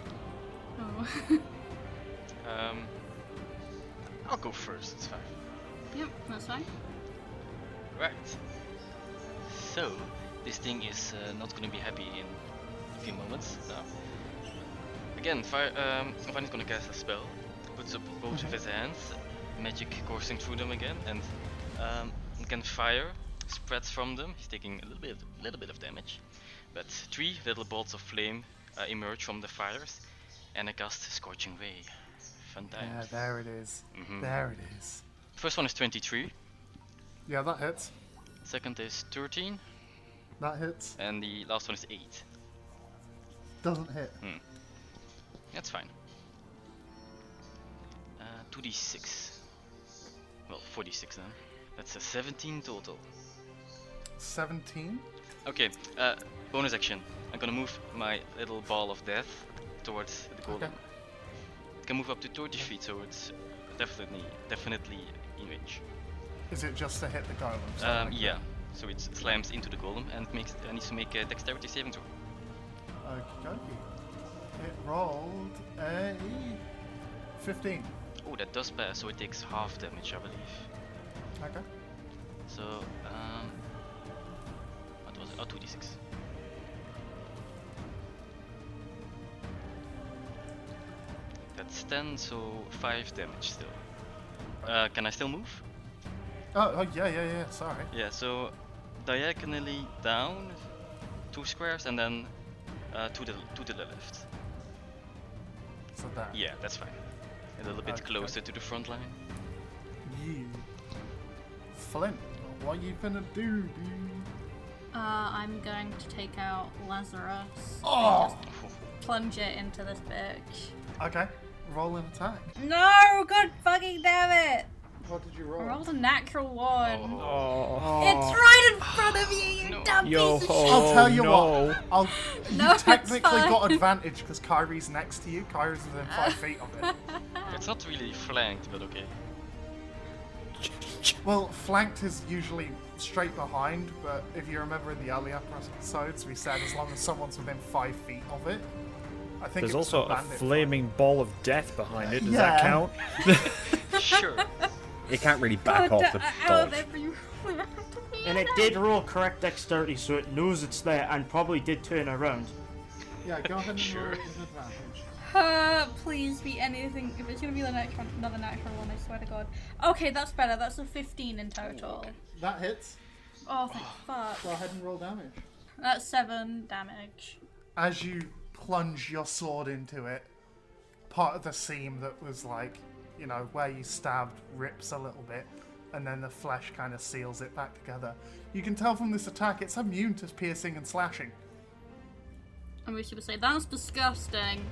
S5: Oh.
S4: Um, I'll go first. It's fine.
S5: yep, that's fine.
S4: Right. So, this thing is uh, not gonna be happy in a few moments. Now, again, fire, um, Van is gonna cast a spell, puts up both of his hands, magic coursing through them again, and um, can fire spreads from them. He's taking a little bit, little bit of damage, but three little bolts of flame uh, emerge from the fires, and I cast Scorching Ray. Fun
S1: yeah
S4: times.
S1: there it is.
S4: Mhm.
S1: there it is
S4: First one is 23,
S1: yeah that hits
S4: second is 13,
S1: that hits
S4: and the last one is 8.
S1: doesn't hit
S4: That's fine. Uh, 2d6. Well, 46 then. That's a 17 total.
S1: 17
S4: Okay, uh, bonus action. I'm gonna move my little ball of death towards the golem.
S1: Okay.
S4: It can move up to 30 feet, so it's definitely, definitely in range.
S1: is it just to hit the golem Something
S4: Um,
S1: like
S4: yeah, so it slams into the golem and makes uh, needs to make a dexterity saving throw.
S1: that? okey-dokey it rolled a 15
S4: Oh, that does pass, so it takes half damage, I believe.
S1: okay
S4: So, um, what was it? Oh, 2d6. That's 10, so 5 damage still. Uh, can I still move?
S1: Oh, oh yeah, yeah, yeah. Sorry.
S4: Yeah, so diagonally down, 2 squares, and then uh, to, the, to the left.
S1: So that.
S4: Yeah, that's fine. A little bit
S1: Okay.
S4: closer to the front line.
S1: You. Flint, what you gonna do, dude?
S5: Uh, I'm going to take out Lazarus.
S1: Oh.
S5: Plunge it into this bitch.
S1: Okay. Roll an attack.
S5: No! God fucking damn it!
S1: What did you
S5: I
S1: roll?
S5: rolled a natural one.
S4: Oh,
S5: It's right in front of you, you
S4: No.
S5: dumb piece of shit!
S1: I'll tell you
S6: Oh, no.
S1: what. I'll.
S5: No,
S1: you
S5: it's
S1: technically got
S5: fine. Uh.
S1: advantage because Kyrie's next to you. Kyrie's within five feet of it.
S4: it's not really flanked, but okay.
S1: Well, flanked is usually straight behind, but if you remember in the earlier episodes, we said as long as someone's within five feet of it. I think
S6: There's
S1: it was
S6: also
S1: the
S6: a
S1: bandit
S6: flaming ball of death behind it. Does that
S1: Yeah.
S6: count?
S4: Sure.
S7: It can't really back
S5: God,
S7: off the
S5: uh, out of
S7: dodge.
S5: every
S8: And it did roll correct dexterity, so it knows it's there and probably did turn around.
S1: flank. Yeah, go ahead and
S4: Sure.
S1: roll it with advantage.
S5: Uh, please be anything. If it's gonna be the next one, another natural one, I swear to God. Okay, that's better. That's a 15 in total.
S1: That hits.
S5: Oh, thank
S1: Go
S5: fuck.
S1: ahead and roll damage.
S5: That's seven damage.
S1: as you plunge your sword into it, part of the seam that was like, you know, where you stabbed rips a little bit, and then the flesh kind of seals it back together. You can tell from this attack it's immune to piercing and slashing.
S5: And we should say that's disgusting,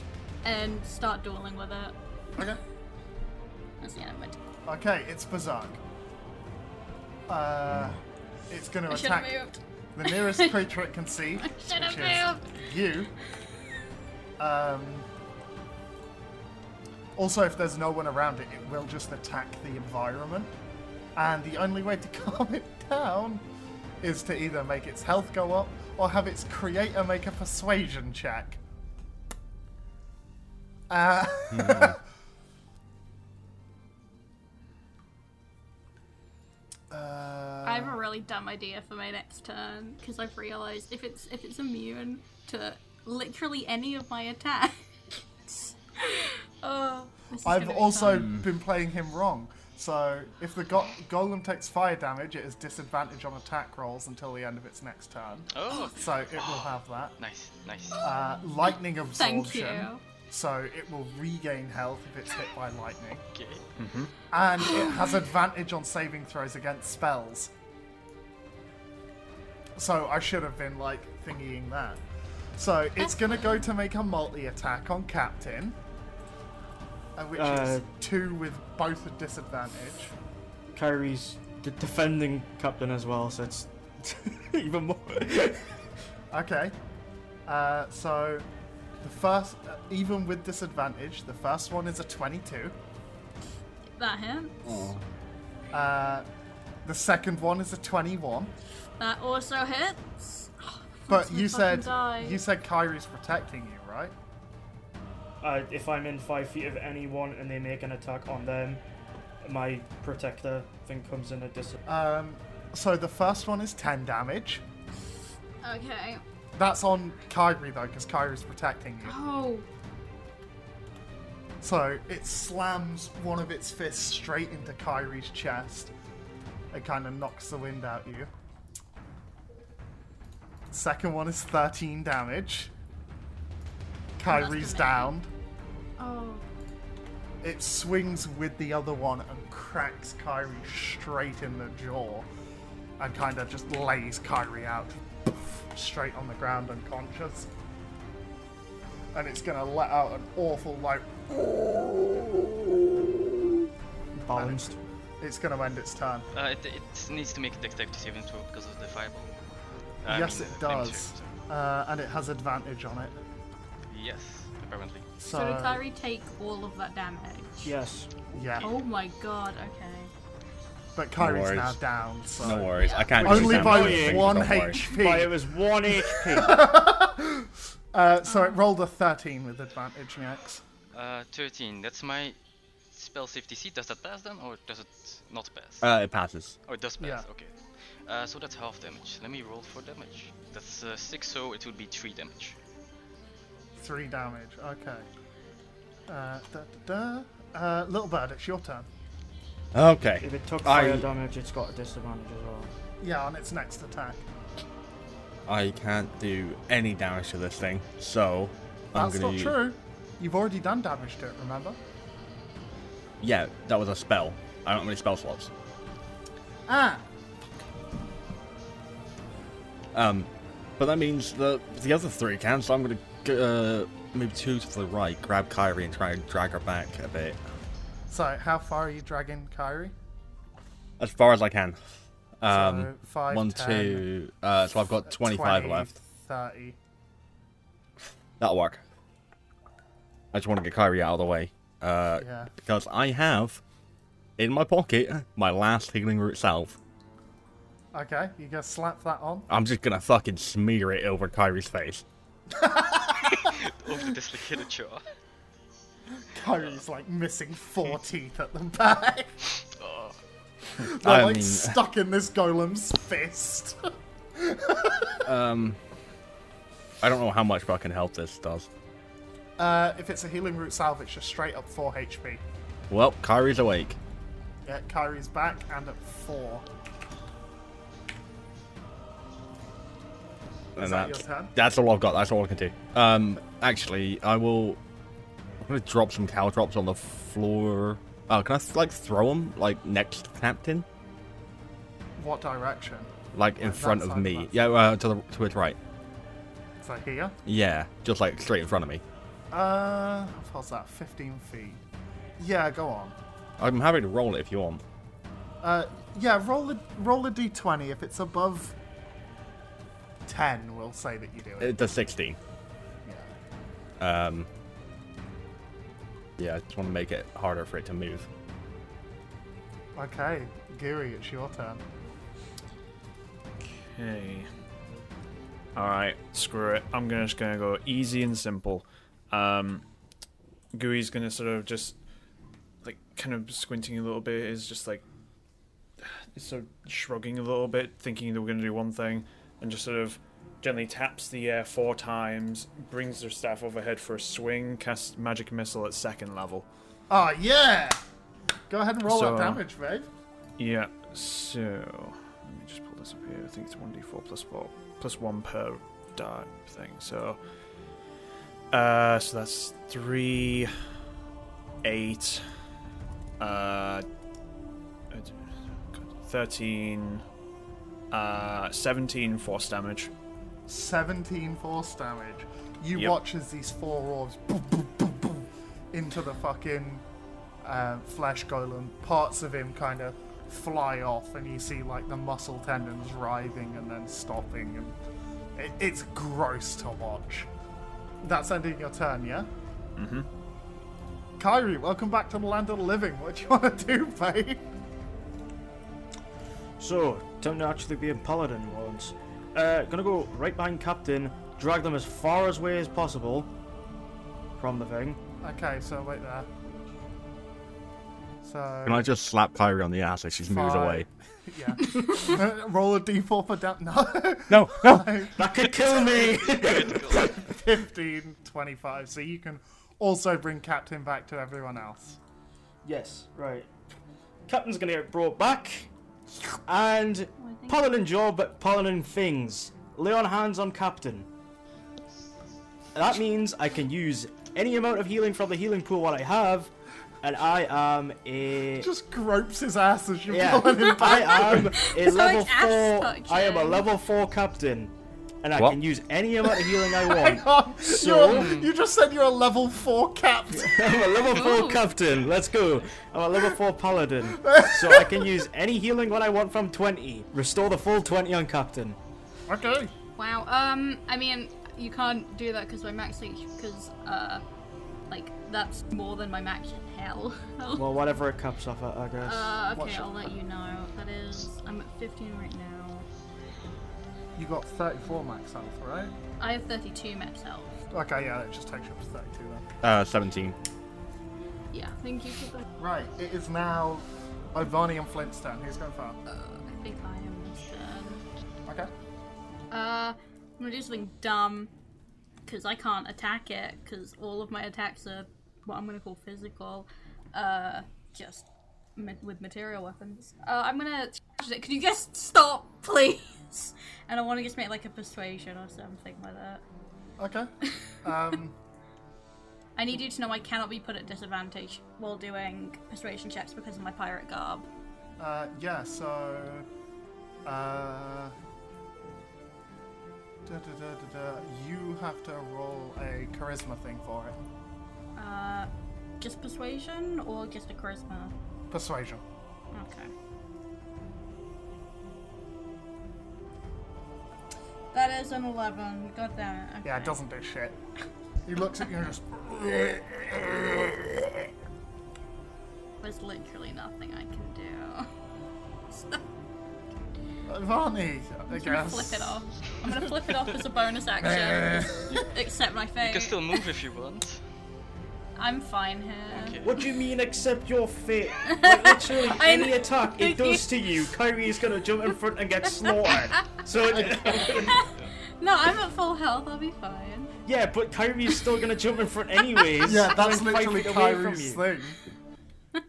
S5: and start dueling with it.
S1: Okay.
S5: That's the end of it.
S1: Okay, it's berserk. Uh, it's going to
S5: I should have
S1: attack
S5: moved.
S1: the nearest creature it can see.
S5: Should
S1: which is-
S5: have moved.
S1: you. Um, also, if there's no one around it, it will just attack the environment. And the only way to calm it down is to either make its health go up or have its creator make a persuasion check. Uh, Uh,
S5: have a really dumb idea for my next turn because I've realised if it's if it's immune to literally any of my attacks. oh, this is
S1: I've
S5: gonna be
S1: also
S5: fun.
S1: been playing him wrong. So if the go- golem takes fire damage, it is disadvantage on attack rolls until the end of its next turn.
S4: Oh,
S1: So it will have that.
S4: nice, nice.
S1: Uh, lightning absorption.
S5: Thank you.
S1: So it will regain health if it's hit by lightning,
S4: Okay.
S1: and it has advantage on saving throws against spells. So I should have been like thingying that. So it's gonna go to make a multi attack on Captain, uh, which is
S8: Uh,
S1: two with both a disadvantage.
S8: Kyrie's the defending captain as well, so it's even more.
S1: Okay. Uh, so the first, uh, even with disadvantage, the first one is a 22.
S5: That hit.
S1: Uh, the second one is a 21.
S5: That also hits. Oh,
S1: But
S5: that's my
S1: you
S5: fucking
S1: said
S5: die.
S1: you said Kyrie's protecting you, right?
S8: uh, if I'm in five feet of anyone and they make an attack on them, my protector thing comes in a dis.
S1: Um, so the first one is 10 damage.
S5: Okay.
S1: That's on Kyrie though, because Kyrie's protecting you.
S5: Oh,
S1: So it slams one of its fists straight into Kyrie's chest. It kind of knocks the wind out you. Second one is 13 damage. Kyrie's
S5: amazing.
S1: downed.
S5: oh,
S1: It swings with the other one and cracks Kyrie straight in the jaw and kind of just lays Kyrie out straight on the ground unconscious. And it's going to let out an awful, like,
S8: Balanced.
S1: it's going to end its turn.
S4: Uh, it, it needs to make a dexterity saving throw because of the fireball. I
S1: yes,
S4: mean,
S1: it
S4: uh, flame
S1: does.
S4: throw,
S1: Uh, and it has advantage on it.
S4: so- Yes, apparently.
S1: So,
S5: so did Kyrie take all of that damage?
S8: Yes.
S1: yeah.
S5: Oh my god. Okay.
S1: But Kyrie's
S7: worries.
S1: now down, so.
S7: No worries, I can't. do
S1: Only
S7: damage
S1: by
S7: to things,
S1: one
S7: don't worry.
S8: But it
S1: HP.
S8: was one HP.
S1: Uh, so it rolled a 13 with advantage next.
S4: Uh, 13. That's my spell safety seat. Does that pass then, or does it not pass?
S7: Uh, it passes.
S4: oh, it does pass.
S1: yeah.
S4: Okay. Uh, so that's half damage. Let me roll for damage. That's uh, six, so it would be three damage.
S1: Three damage. Okay. Uh, da, da, da. Uh, little bird, it's your turn.
S7: Okay.
S8: if it took fire
S7: I
S8: damage, it's got a disadvantage as well.
S1: Yeah, on its next attack.
S7: I can't do any damage to this thing, so I'm
S1: That's
S7: gonna.
S1: not
S7: use...
S1: true. You've already done damage to it. Remember?
S7: Yeah, that was a spell. I don't have many spell slots.
S1: Ah,
S7: Um, but that means the the other three can. So I'm gonna g- uh, move two to the right, grab Kyrie, and try and drag her back a bit
S1: so how far are you dragging Kyrie?
S7: as far as I can. Um,
S1: So, five,
S7: one,
S1: 10,
S7: two. Uh, so I've got 25
S1: 20,
S7: left.
S1: Thirty.
S7: That'll work. I just want to get Kyrie out of the way. Uh,
S1: Yeah.
S7: because I have in my pocket my last healing root salve.
S1: Okay, you gonna slap that on?
S7: I'm just gonna fucking smear it over Kyrie's face.
S4: Over the dislocated jaw.
S1: Kyrie's like missing four teeth at the back.
S4: Oh,
S1: They're
S7: I
S1: like
S7: mean-
S1: stuck in this golem's fist.
S7: I don't know how much fucking help this does.
S1: Uh, if it's a healing root salve, it's just straight up four HP.
S7: Well, Kyrie's awake.
S1: Yeah, Kyrie's back and at four.
S7: and
S1: that
S7: that's,
S1: your turn?
S7: that's all I've got. That's all I can do. Um, actually, I will. I'm gonna drop some cow drops on the floor. Oh, can I like throw them like next to the captain,
S1: What direction?
S7: like in
S1: Like that
S7: front of
S1: side,
S7: me?
S1: that
S7: Yeah, uh, to the to his right.
S1: So here?
S7: Yeah, just like straight in front of me.
S1: Uh, how's that? 15 feet. Yeah, go on.
S7: I'm happy to roll it if you want.
S1: Uh, yeah, roll a roll a d20. If it's above 10, we'll say that you do it.
S7: It does 16.
S1: yeah.
S7: Um, yeah, I just want to make it harder for it to move.
S1: Okay, Giri, it's your turn.
S6: Okay. All right, screw it. I'm gonna just gonna go easy and simple. Um, Gooey's gonna sort of just like kind of squinting a little bit. Is just like sort of shrugging a little bit, thinking they were going to do one thing, and just sort of gently taps the air four times, brings their staff overhead for a swing, casts magic missile at second level.
S1: Oh, yeah! Go ahead and roll
S6: So-
S1: that damage, babe.
S6: Yeah, so let me just pull this up here. I think it's one d four plus four plus one per die thing. So, uh, so that's three, eight, uh, oh, thirteen, uh, seventeen force damage.
S1: 17 force damage. You
S6: Yep.
S1: watch as these four orbs boom, boom, boom, boom, into the fucking uh, flesh golem. Parts of him kind of fly off, and you see like the muscle tendons writhing and then stopping, and it, it's gross to watch. That's ending your turn, yeah. Mm-hmm. Kyrie, welcome back to the land of the living. What do you want to do, babe?
S8: So, time to actually be a paladin once. Uh, gonna go right behind Captain, drag them as far as away as possible from the thing.
S1: Okay, so wait there. So
S7: Can I just slap Kyrie on the ass as she's moved
S1: Five.
S7: away?
S1: Yeah. Uh, Roll a d4 for damage. No.
S7: No, no.
S8: That could kill me!
S1: 15, 25. So you can also bring Captain back to everyone else.
S8: yes, right. Captain's gonna get brought back. And paladin job, but paladin things. Lay on hands on Captain. That means I can use any amount of healing from the healing pool what I have, and I am a.
S1: Just gropes his ass as you
S8: Yeah,
S1: pull him back.
S8: I am a level
S5: much ass
S8: four. I am a
S5: touching.
S8: level four captain, and I
S7: What?
S8: can use any amount of healing I
S1: Hang
S8: want.
S1: on.
S8: So-
S1: You're, you just said you're a level 4 Captain.
S8: I'm a level
S5: Ooh.
S8: four captain. Let's go. I'm a level four paladin, so I can use any healing what I want from twenty. Restore the full twenty on captain.
S1: Okay.
S5: Wow. Um, I mean, you can't do that because my max leech, because uh, like that's more than my max hell.
S8: Well, whatever it caps off at, I guess.
S5: uh, okay,
S1: what's your-
S5: I'll let you know. That is, I'm at 15 right now.
S1: You got 34 max health, right?
S5: I have 32 max health.
S1: Okay, yeah, it just takes you up to 32 then.
S7: Uh, 17.
S5: Yeah, thank you for the.
S1: Right, it is now Ivani and Flint's turn. Who's going first?
S5: Uh, I think I am this turn.
S1: Okay.
S5: Uh, I'm gonna do something dumb because I can't attack it because all of my attacks are what I'm gonna call physical. Uh, just ma- with material weapons. Uh, I'm gonna. Could you just stop, please? And I want to just make like a persuasion or something like that.
S1: Okay. Um,
S5: I need you to know I cannot be put at disadvantage while doing persuasion checks because of my pirate garb.
S1: Uh, yeah, so. Uh, da, da, da, da, da. You have to roll a charisma thing for it.
S5: Uh, just persuasion or just a charisma?
S1: Persuasion.
S5: Okay. That is an 11. God damn it. Okay.
S1: Yeah, it doesn't do shit. He looks at you and just.
S5: There's literally nothing I can do. So,
S1: Varney, I
S5: I'm gonna
S1: guess.
S5: flip it off. I'm gonna flip it off as a bonus action. Accept my fate.
S4: You can still move if you want.
S5: I'm fine here.
S4: Okay.
S8: What do you mean accept your fate? Like literally
S5: I
S8: any
S5: know.
S8: attack it does to you, Kyrie is gonna jump in front and get slaughtered. So it,
S5: No, I'm at full health. I'll be fine.
S8: yeah, but Kyrie is still gonna jump in front anyways.
S1: Yeah, that's
S8: when five
S1: literally
S8: feet away from
S1: Kyrie's
S8: you.
S1: thing.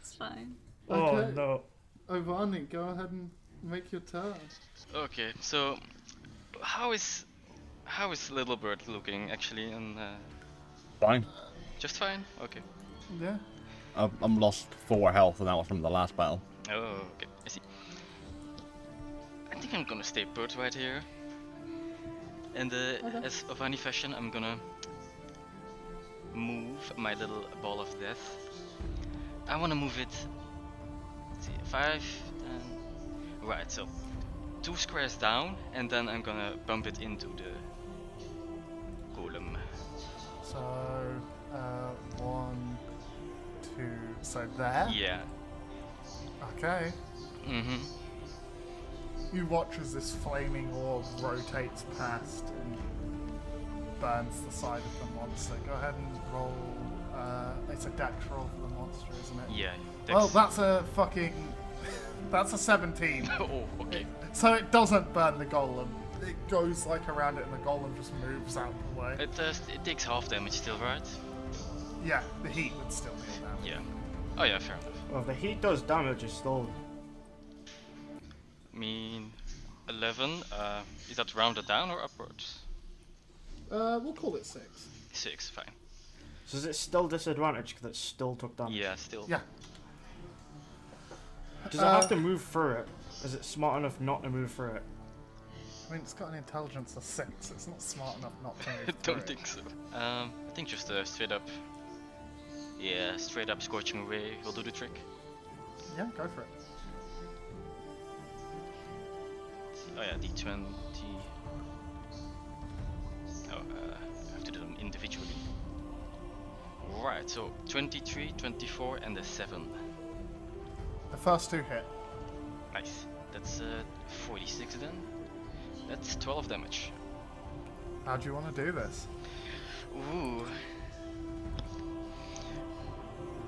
S5: It's fine.
S8: Oh
S1: Okay.
S8: no.
S1: Ivani, go ahead and make your turn.
S4: Okay, so how is how is Little Bird looking actually? And uh,
S7: Fine.
S4: just fine. Okay.
S1: Yeah.
S7: I'm I'm lost four health, and that was from the last battle.
S4: Oh, okay. I see. I think I'm gonna stay put right here. And uh, as of any fashion, I'm gonna move my little ball of death. I wanna move it. let's see, five. Ten. Right, so two squares down, and then I'm gonna bump it into the golem.
S1: So, uh, one, two. So there.
S4: Yeah.
S1: Okay.
S4: Mm-hmm.
S1: You watch as this flaming orb rotates past and burns the side of the monster. Go ahead and roll uh, Uh, it's a dex roll for the monster, isn't it?
S4: Yeah.
S1: Well,
S4: Dex.
S1: that's a fucking. that's a 17.
S4: oh, okay.
S1: So it doesn't burn the golem. It goes like around it, and the golem just moves out of the way.
S4: It, uh, it takes half damage still, right?
S1: yeah, the heat would still be around.
S4: Yeah. Oh yeah, fair enough.
S8: Well, if the heat does damage, it's still.
S4: mean, 11. Uh, is that rounded down or upwards?
S1: Uh, we'll call it six.
S4: Six, fine.
S8: So is it still disadvantage because it still took damage?
S4: Yeah, still.
S1: Yeah.
S8: Does it
S1: Uh,
S8: have to move through it? Is it smart enough not to move through it?
S1: I mean, it's got an intelligence of six. It's not smart enough not to.
S4: I
S1: Move through
S4: don't
S1: it.
S4: think so. Um, I think just uh, straight up. Yeah, straight up scorching ray will do the trick.
S1: Yeah, go for it.
S4: Oh yeah, D20. Oh, uh, I have to do them individually. Right, so 23, 24, and a 7.
S1: The first two hit.
S4: Nice. That's uh, 46 then. That's 12 damage.
S1: How do you want to do this?
S4: Ooh.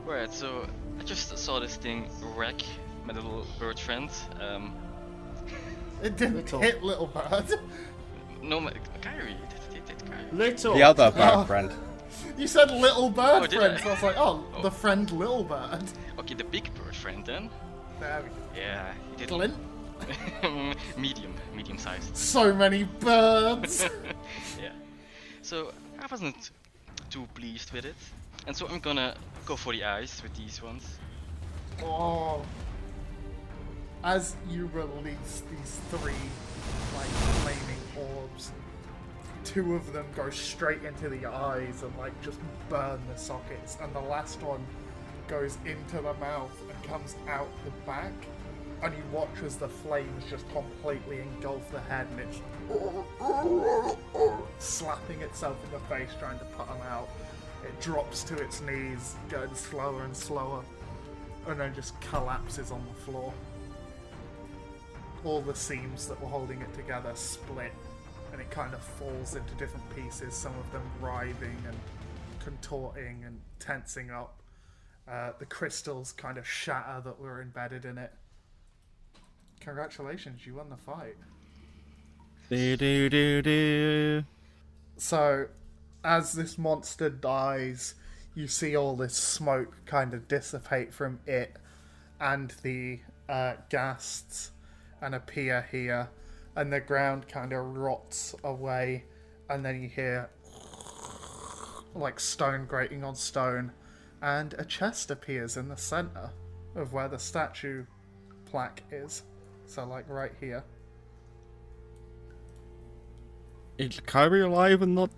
S4: Right, so I just saw this thing wreck my little bird friend. Um,
S1: It didn't
S8: Little.
S1: hit little bird.
S4: no, my, Kyrie. That, that, that Kyrie.
S8: Little.
S7: The other bird
S1: Oh.
S7: friend.
S1: you said little bird
S4: Oh, did
S1: friend,
S4: I?
S1: so I was like, oh,
S4: Oh.
S1: the friend little bird.
S4: Okay, the big bird friend then.
S1: There we go.
S4: Yeah, he did
S1: Glint.
S4: medium, medium sized.
S1: So many birds.
S4: yeah. So I wasn't too pleased with it, and so I'm gonna go for the eyes with these ones.
S1: oh. As you release these three like flaming orbs, two of them go straight into the eyes and like just burn the sockets, and the last one goes into the mouth and comes out the back. And you watch as the flames just completely engulf the head, and it's slapping itself in the face trying to put them out. It drops to its knees, going slower and slower, and then just collapses on the floor. All the seams that were holding it together split, and it kind of falls into different pieces, some of them writhing and contorting and tensing up. Uh, the crystals kind of shatter that were embedded in it. Congratulations, you won the fight.
S7: Do, do, do,
S8: Uh,
S7: do.
S1: So, as this monster dies, you see all this smoke kind of dissipate from it and the uh, ghasts and appear here, and the ground kind of rots away, and then you hear like stone grating on stone, and a chest appears in the center of where the statue plaque is. So, like right here.
S7: Is Kyrie alive and not,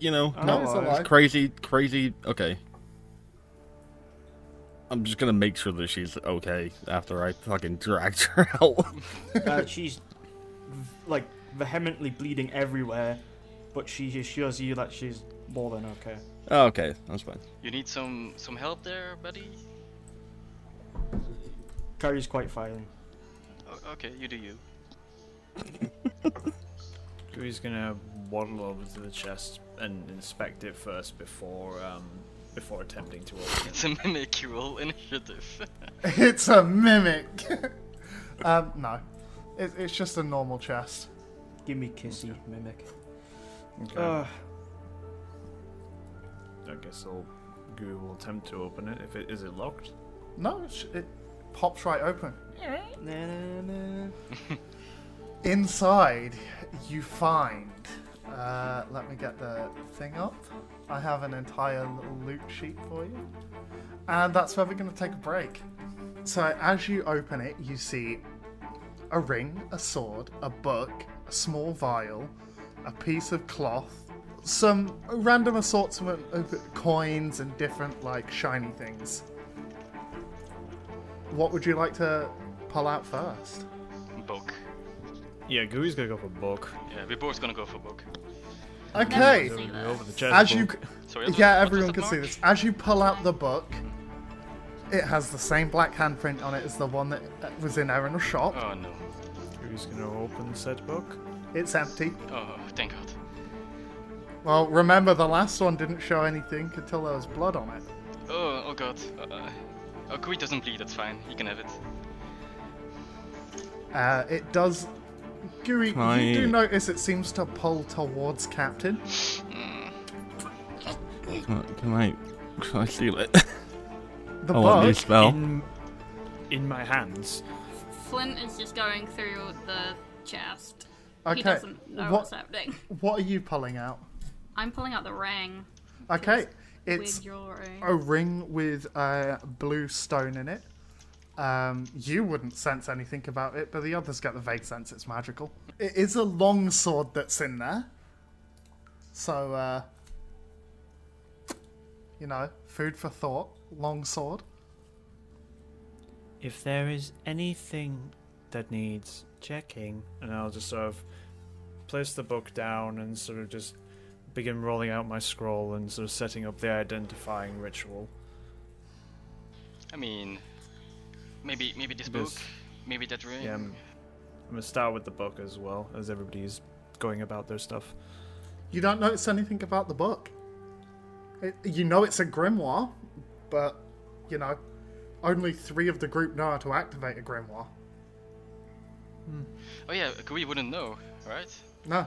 S7: you know,
S1: No,
S7: not
S1: it's
S8: Alright.
S1: alive.
S7: crazy, crazy? Okay. I'm just gonna make sure that she's okay after I fucking dragged her out.
S8: uh, she's v- like vehemently bleeding everywhere, but she assures you that she's more than okay.
S7: okay, that's fine.
S4: You need some some help there, buddy.
S8: Carrie's quite fine.
S4: O- okay, you do you.
S6: He's gonna waddle over to the chest and inspect it first before um before attempting to open it.
S4: It's a mimic roll initiative.
S1: It's a mimic. um, no, it, it's just a normal chest.
S8: Give me kissy, mimic.
S6: Okay.
S8: Uh,
S6: I guess I'll Goo will attempt to open it. If it is it locked?
S1: No, it's, it pops right open.
S8: na, na, na.
S1: Inside, you find. Uh, let me get the thing up. I have an entire little loot sheet for you, and that's where we're going to take a break. So, as you open it, you see a ring, a sword, a book, a small vial, a piece of cloth, some random assortment of coins and different like shiny things. What would you like to pull out first?
S4: Book.
S6: Yeah, Gooey's gonna go for book.
S4: Yeah, we're both gonna go for book.
S1: Okay.
S5: See this.
S6: Over the chest.
S1: As you,
S6: book.
S4: Sorry. what was- what
S1: yeah,
S4: was
S1: everyone
S4: that
S1: can see
S4: mark?
S1: this. As you pull out the book, it has the same black handprint on it as the one that uh, was in Aaron's shop.
S4: Oh no.
S6: Gooey's gonna open said book.
S1: It's empty.
S4: Oh, thank God.
S1: Well, remember the last one didn't show anything until there was blood on it.
S4: Oh god. Uh, oh, Kui doesn't bleed, that's fine. He can have it.
S1: Uh, it does. Guri,
S7: Can I-
S1: you do notice it seems to pull towards Captain.
S7: Can I- Can I? Can I steal it?
S1: The
S7: I want
S1: bug.
S7: Oh, new spell.
S6: In, in my hands.
S5: Flint is just going through the chest.
S1: Okay.
S5: He doesn't know what's
S1: what,
S5: happening.
S1: what are you pulling out?
S5: I'm pulling out the ring
S1: Okay. It's
S5: with jewelry.
S1: a ring with uh, blue stone in it. Um, you wouldn't sense anything about it, but the others get the vague sense it's magical. It is a long sword that's in there. So, uh, you know, food for thought. Long sword.
S3: If there is anything that needs checking,
S6: and I'll just sort of place the book down and sort of just begin rolling out my scroll and sort of setting up the identifying ritual.
S4: I mean, maybe maybe this book,
S6: This-
S4: maybe that ring.
S6: Yeah, I'm, I'm gonna start with the book as well as everybody's going about their stuff.
S1: You don't notice anything about the book. It, you know it's a grimoire, but, you know, only three of the group know how to activate a grimoire.
S4: Oh yeah, Kui wouldn't know, right?
S1: No.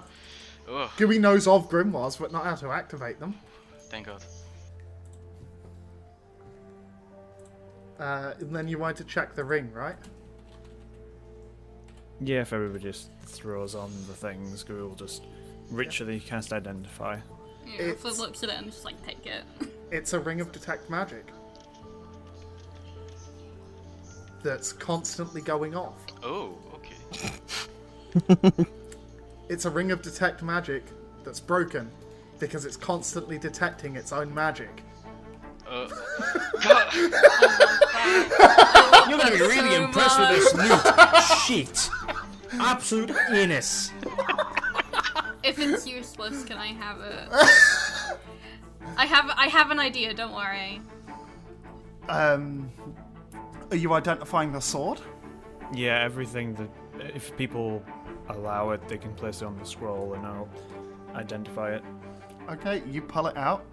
S4: Oh,
S1: Gooey knows of grimoires, but not how to activate them.
S4: thank god.
S1: Uh, and then you wanted to check the ring, right?
S6: Yeah, if everybody just throws on the things, we will just ritually cast identify.
S5: Yeah,
S1: it's-
S5: Flint looks at it and just like, take it.
S1: It's a ring of detect magic. That's constantly going off.
S4: Oh, okay.
S1: It's a ring of detect magic that's broken because it's constantly detecting its own magic.
S4: Uh,
S8: You're gonna be really
S5: So
S8: impressed with this loot. Shit. Absolute anus.
S5: if it's useless, can I have it? I have I have an idea, don't worry.
S1: Um, are you identifying the sword?
S6: Yeah, everything that if people allow it, they can place it on the scroll and I'll identify it.
S1: Okay, you pull it out.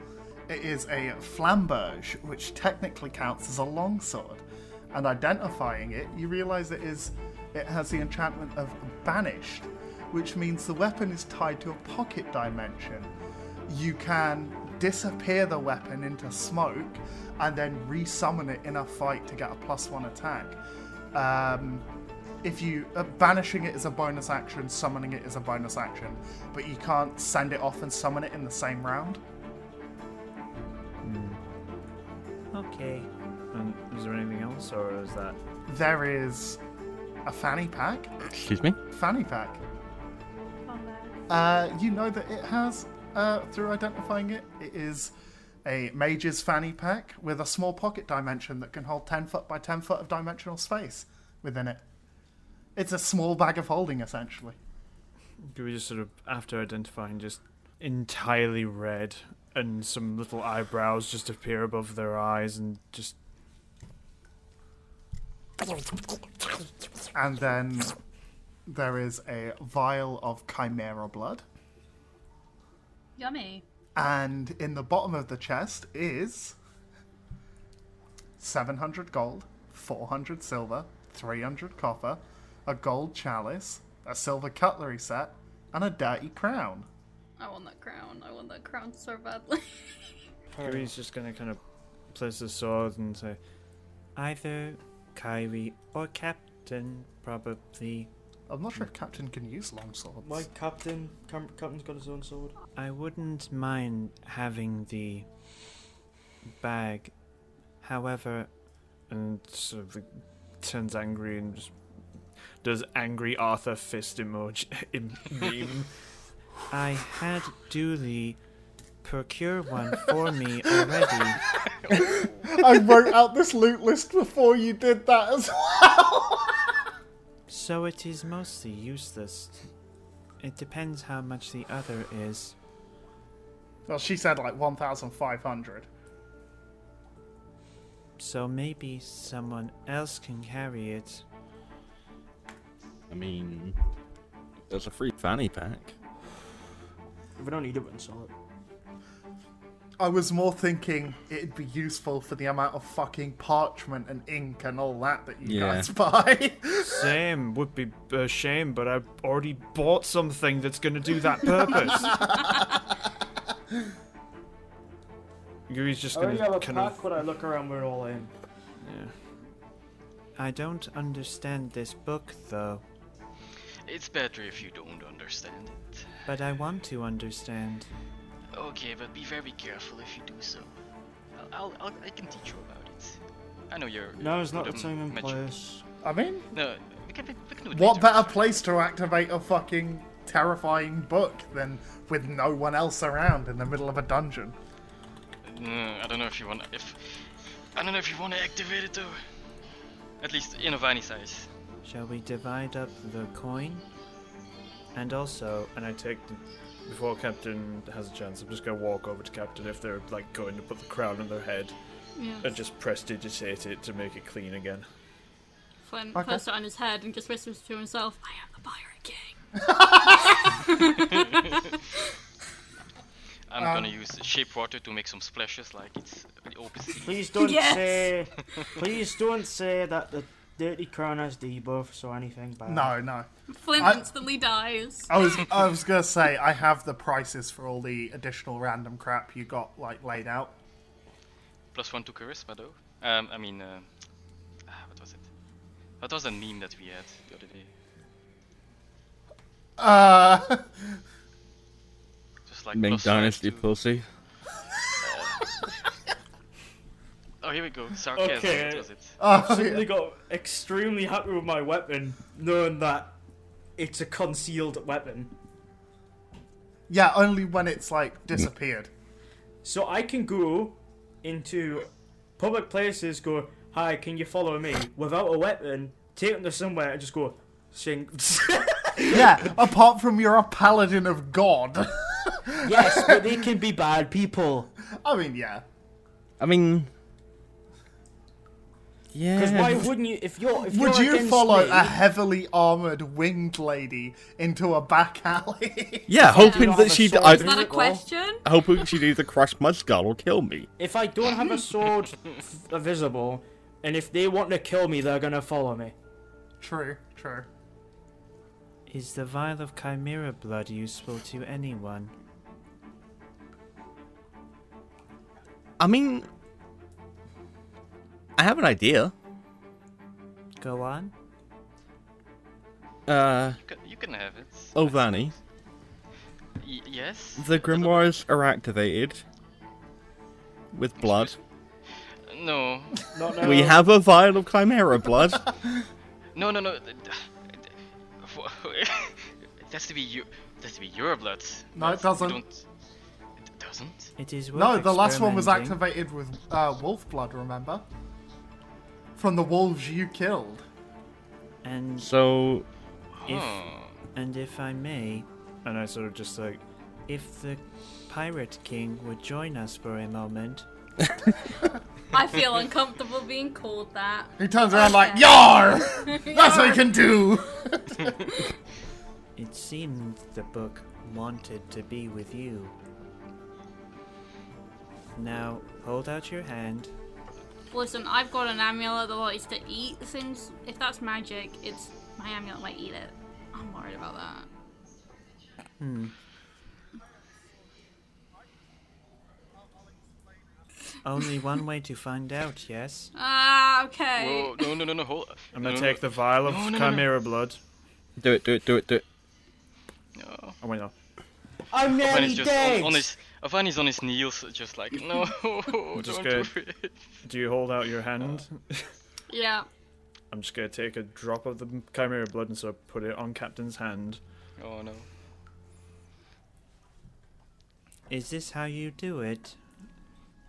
S1: It is a flamberge, which technically counts as a longsword. And identifying it, you realise it is it has the enchantment of banished, which means the weapon is tied to a pocket dimension. You can disappear the weapon into smoke and then resummon it in a fight to get a plus one attack. Um, if you uh, banishing it is a bonus action, summoning it is a bonus action, but you can't send it off and summon it in the same round.
S3: okay.
S6: And is there anything else, or is that
S1: There is a fanny pack.
S7: Excuse me.
S1: Fanny pack. Uh, you know that it has, uh, through identifying it, it is a mage's fanny pack with a small pocket dimension that can hold 10 foot by 10 foot of dimensional space within it. It's a small bag of holding, essentially.
S6: Do we just sort of, after identifying, just entirely red and some little eyebrows just appear above their eyes and just.
S1: And then there is a vial of chimera blood.
S5: Yummy.
S1: And in the bottom of the chest is 700 gold, 400 silver, 300 copper, a gold chalice, a silver cutlery set, and a dirty crown.
S5: I want that crown. I want that crown so badly.
S6: Kiwi's just gonna kind of place the sword and say,
S3: Either Kyrie or Captain, probably.
S1: I'm not sure if Captain can use long swords.
S8: My captain, Cam- captain's got his own sword.
S3: I wouldn't mind having the bag. However,
S6: and sort of turns angry and just does angry Arthur fist emoji em- meme.
S3: I had Dooley procure one for me already.
S1: I wrote out this loot list before you did that as well.
S3: So it is mostly useless. It depends how much the other is.
S1: well, she said like 1,500.
S3: So maybe someone else can carry it.
S7: I mean, there's a free fanny pack.
S8: If we don't need it, we can sell it.
S1: I was more thinking it'd be useful for the amount of fucking parchment and ink and all that that you
S7: Yeah.
S1: guys buy.
S6: Same would be a shame, but I've already bought something that's going to do that purpose. Yui's just
S8: I
S6: going
S8: already Oh, have
S6: to
S8: a
S6: kind
S8: pack
S6: of.
S8: when I look around, we're all in.
S3: I don't understand this book, though,
S4: It's better if you don't understand it.
S3: but I want to understand.
S4: Okay, but be very careful if you do so. I'll, I'll, I'll I can teach you about it. I know you're.
S8: No, it's not
S4: you're
S8: the
S4: good at
S8: time and
S4: magic.
S8: place.
S1: I mean,
S4: No, we can, we can do it
S1: what
S4: later.
S1: better place to activate a fucking terrifying book than with no one else around in the middle of a dungeon?
S4: Mm, I don't know if you want if I don't know if you want to activate it though. At least in a Vani size.
S3: Shall we divide up the coin? And also,
S6: And I take. The, before Captain has a chance, I'm just going to walk over to Captain if they're like going to put the crown on their head
S5: Yeah.
S6: and just prestidigitate it to make it clean again.
S5: Flynn
S1: Okay.
S5: puts it on his head and just whispers to himself, I am the Pirate King.
S4: I'm
S1: Um,
S4: gonna use shape water to make some splashes like it's the open sea.
S8: Please don't
S5: Yes.
S8: say. Please don't say that the dirty crown has debuff or anything bad.
S1: No, no.
S5: Flynn
S1: I-
S5: instantly dies.
S1: I was I was gonna say I have the prices for all the additional random crap you got like laid out.
S4: Plus one to charisma though. Um, I mean, uh, ah, what was it? What was the meme that we had the other day?
S1: Uh,
S4: Just like
S7: Ming
S4: plus five
S7: Dynasty
S4: to-
S7: pussy.
S4: Oh, here we go. Sarcasm.
S8: Okay.
S4: What was it?
S1: oh,
S8: suddenly
S1: yeah.
S8: got extremely happy with my weapon, knowing that it's a concealed weapon.
S1: Yeah, only when it's like disappeared.
S8: So I can go into public places, go, hi, can you follow me? Without a weapon, take them to somewhere and just go, sing.
S1: Yeah, apart from you're a paladin of God.
S8: yes, but they can be bad people.
S1: I mean, yeah.
S7: I mean,
S8: Because
S7: yeah.
S8: why wouldn't you, if you're, if
S1: Would
S8: you're
S1: you
S8: against
S1: follow
S8: me,
S1: a heavily armored winged lady into a back alley?
S7: yeah, hoping
S8: Yeah.
S7: that she,
S8: Is
S5: Is
S8: Is
S7: I,
S5: that
S8: that
S5: a
S8: it a all?
S5: question?
S7: I hoping she'd either crush Mudskull or kill me.
S8: if I don't have a sword f- visible, and if they want to kill me, they're gonna follow me.
S1: True, true.
S3: is the vial of chimera blood useful to anyone?
S7: I mean, I have an idea.
S3: Go on.
S7: Uh,
S4: You can, you can have it.
S7: oh, Vanny,
S4: Y- yes.
S7: the grimoires are activated with blood.
S4: No.
S8: Not now.
S7: We have a vial of chimera blood.
S4: No, no, no. th- th- it has to be you. It has to be your blood.
S1: No, it
S4: That's- you
S1: doesn't.
S4: don't- It doesn't.
S3: It is worth
S1: No, the last one was
S3: experimenting.
S1: activated with uh, wolf blood. Remember, from the wolves you killed.
S3: And
S7: So,
S3: if
S4: Oh.
S3: and if I may,
S6: And I sort of just like.
S3: if the pirate king would join us for a moment,
S5: I feel uncomfortable being called that.
S1: He turns around like,
S5: Okay.
S1: "Yar, that's what you can do."
S3: it seemed the book wanted to be with you. Now hold out your hand.
S5: Listen, I've got an amulet that likes to eat things. If that's magic, it's my amulet might eat it. I'm worried about that.
S3: Only one way to find out. Yes.
S5: Ah, okay.
S4: Whoa, no, no, no, no, hold.
S6: I'm
S4: no,
S6: going to
S4: no,
S6: take the vial of
S4: No, no, no, no.
S6: chimera blood.
S7: do it, do it, do it, do it.
S4: No.
S6: Oh, wait, no.
S8: I'm nearly
S4: Avani's just
S8: dead.
S4: on, on his. Avani's on his knees, just like no. don't
S6: Just
S4: do
S6: gonna-
S4: it.
S6: Do you hold out your hand?
S5: Yeah.
S6: I'm just gonna take a drop of the chimera blood and sort of put it on Captain's hand.
S4: Oh no.
S3: Is this how you do it?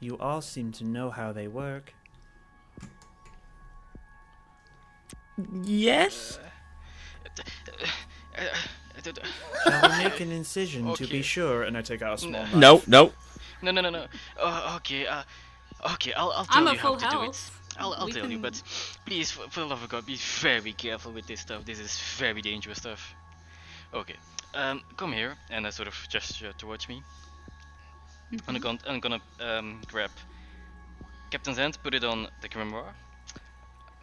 S3: You all seem to know how they work.
S7: Yes.
S4: Uh, I don't-
S3: Shall we make an incision to
S4: Okay.
S3: be sure?
S6: Sure, and I take out a small. knife.
S7: No, no.
S4: No, no, no, no. Oh, okay. Uh, okay. I'll, I'll
S5: I'm
S4: tell
S5: at
S4: you how
S5: full
S4: to do it.
S5: health.
S4: I'll, I'll
S5: We
S4: tell you,
S5: can-
S4: but please, for, for the love of God, be very careful with this stuff. This is very dangerous stuff. uh, Okay, um, come here, and I sort of gesture towards me.
S5: Mm-hmm.
S4: And I'm gonna, I'm gonna um, grab Captain's hand, put it on the grimoire.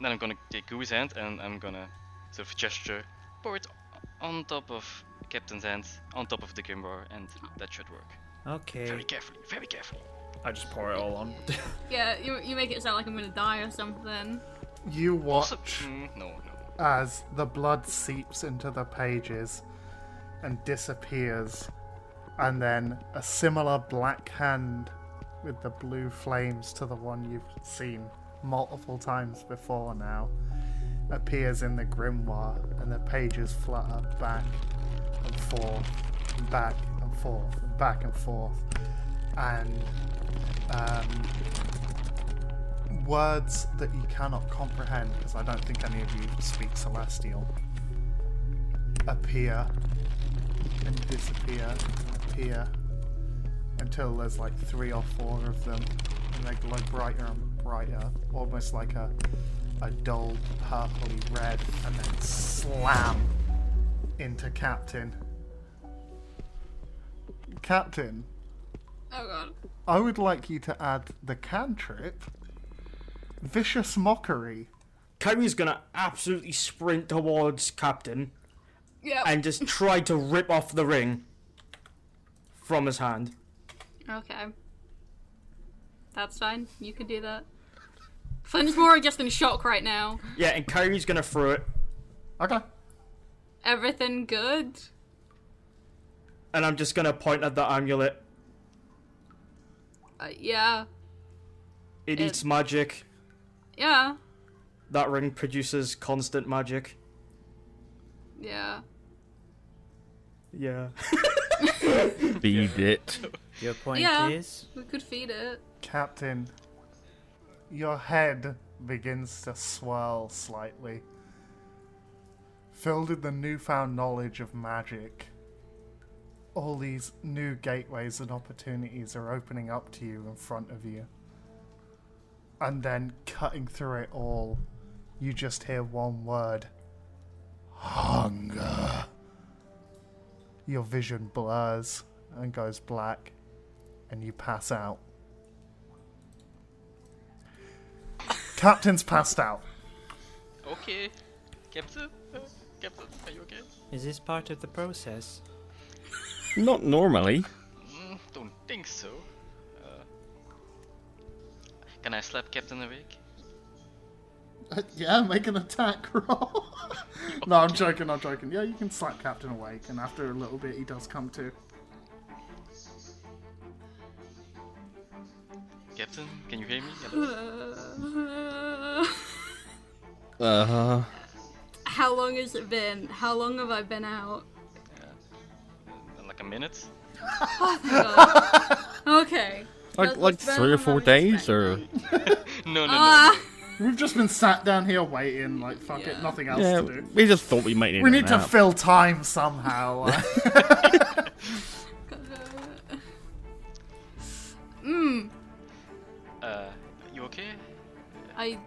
S4: Then I'm gonna take Gooey's hand and I'm gonna sort of gesture, pour it on top of Captain's hand, on top of the grimoire, and that should work. Very
S3: Okay.
S4: carefully, very carefully.
S6: I just pour it all on.
S5: Yeah, you, you make it sound like I'm gonna die or something.
S1: You watch
S4: Also- Mm, no, no.
S1: as the blood seeps into the pages and disappears, and then a similar black hand with the blue flames to the one you've seen multiple times before now appears in the grimoire, and the pages flutter back and forth, and back and forth, and back and forth, and um, words that you cannot comprehend, because I don't think any of you speak celestial, appear and disappear and appear until there's like three or four of them, and they glow brighter and brighter, almost like a a dull purpley red, and then slam into Captain. Captain,
S5: Oh god.
S1: I would like you to add the cantrip, vicious mockery.
S8: Kyrie's gonna absolutely sprint towards Captain
S5: Yeah.
S8: and just try to rip off the ring from his hand.
S5: Okay. That's fine. You can do that. Flynn's more just in shock right now.
S8: Yeah, and Kyrie's gonna throw it,
S1: Okay.
S5: Everything good?
S8: and I'm just gonna point at the amulet.
S5: Uh, yeah.
S8: It
S5: It-
S8: eats magic.
S5: Yeah.
S8: That ring produces constant magic.
S5: Yeah.
S8: Yeah.
S7: Feed it.
S3: Your point
S5: Yeah.
S3: is?
S5: We could feed it.
S1: Captain, your head begins to swirl slightly, filled with the newfound knowledge of magic. All these new gateways and opportunities are opening up to you in front of you. And then, cutting through it all, you just hear one word hunger. Your vision blurs and goes black, and you pass out. Captain's passed out.
S4: Okay, Captain, uh, Captain, are you okay?
S3: Is this part of the process?
S7: Not normally.
S4: Mm, don't think so. Uh, can I slap Captain awake?
S1: Uh, yeah, make an attack roll. no, I'm joking, I'm joking. Yeah, you can slap Captain awake, and after a little bit, he does come to.
S4: Captain, can you hear me? Hello?
S7: Uh,
S5: How long has it been? How long have I been out?
S4: Uh, Like a minute?
S5: Okay.
S7: like
S5: That's
S7: like
S5: better
S7: three or
S5: than I
S7: four days, or
S5: expected.
S4: No, no, no.
S5: Ah,
S1: We've just been sat down here waiting, like, fuck it,
S5: Yeah.
S1: nothing else
S7: yeah,
S1: to do.
S7: we just thought we might need.
S1: We
S7: a
S1: need to
S7: nap.
S1: fill time somehow. uh,
S4: Uh, you okay?
S5: I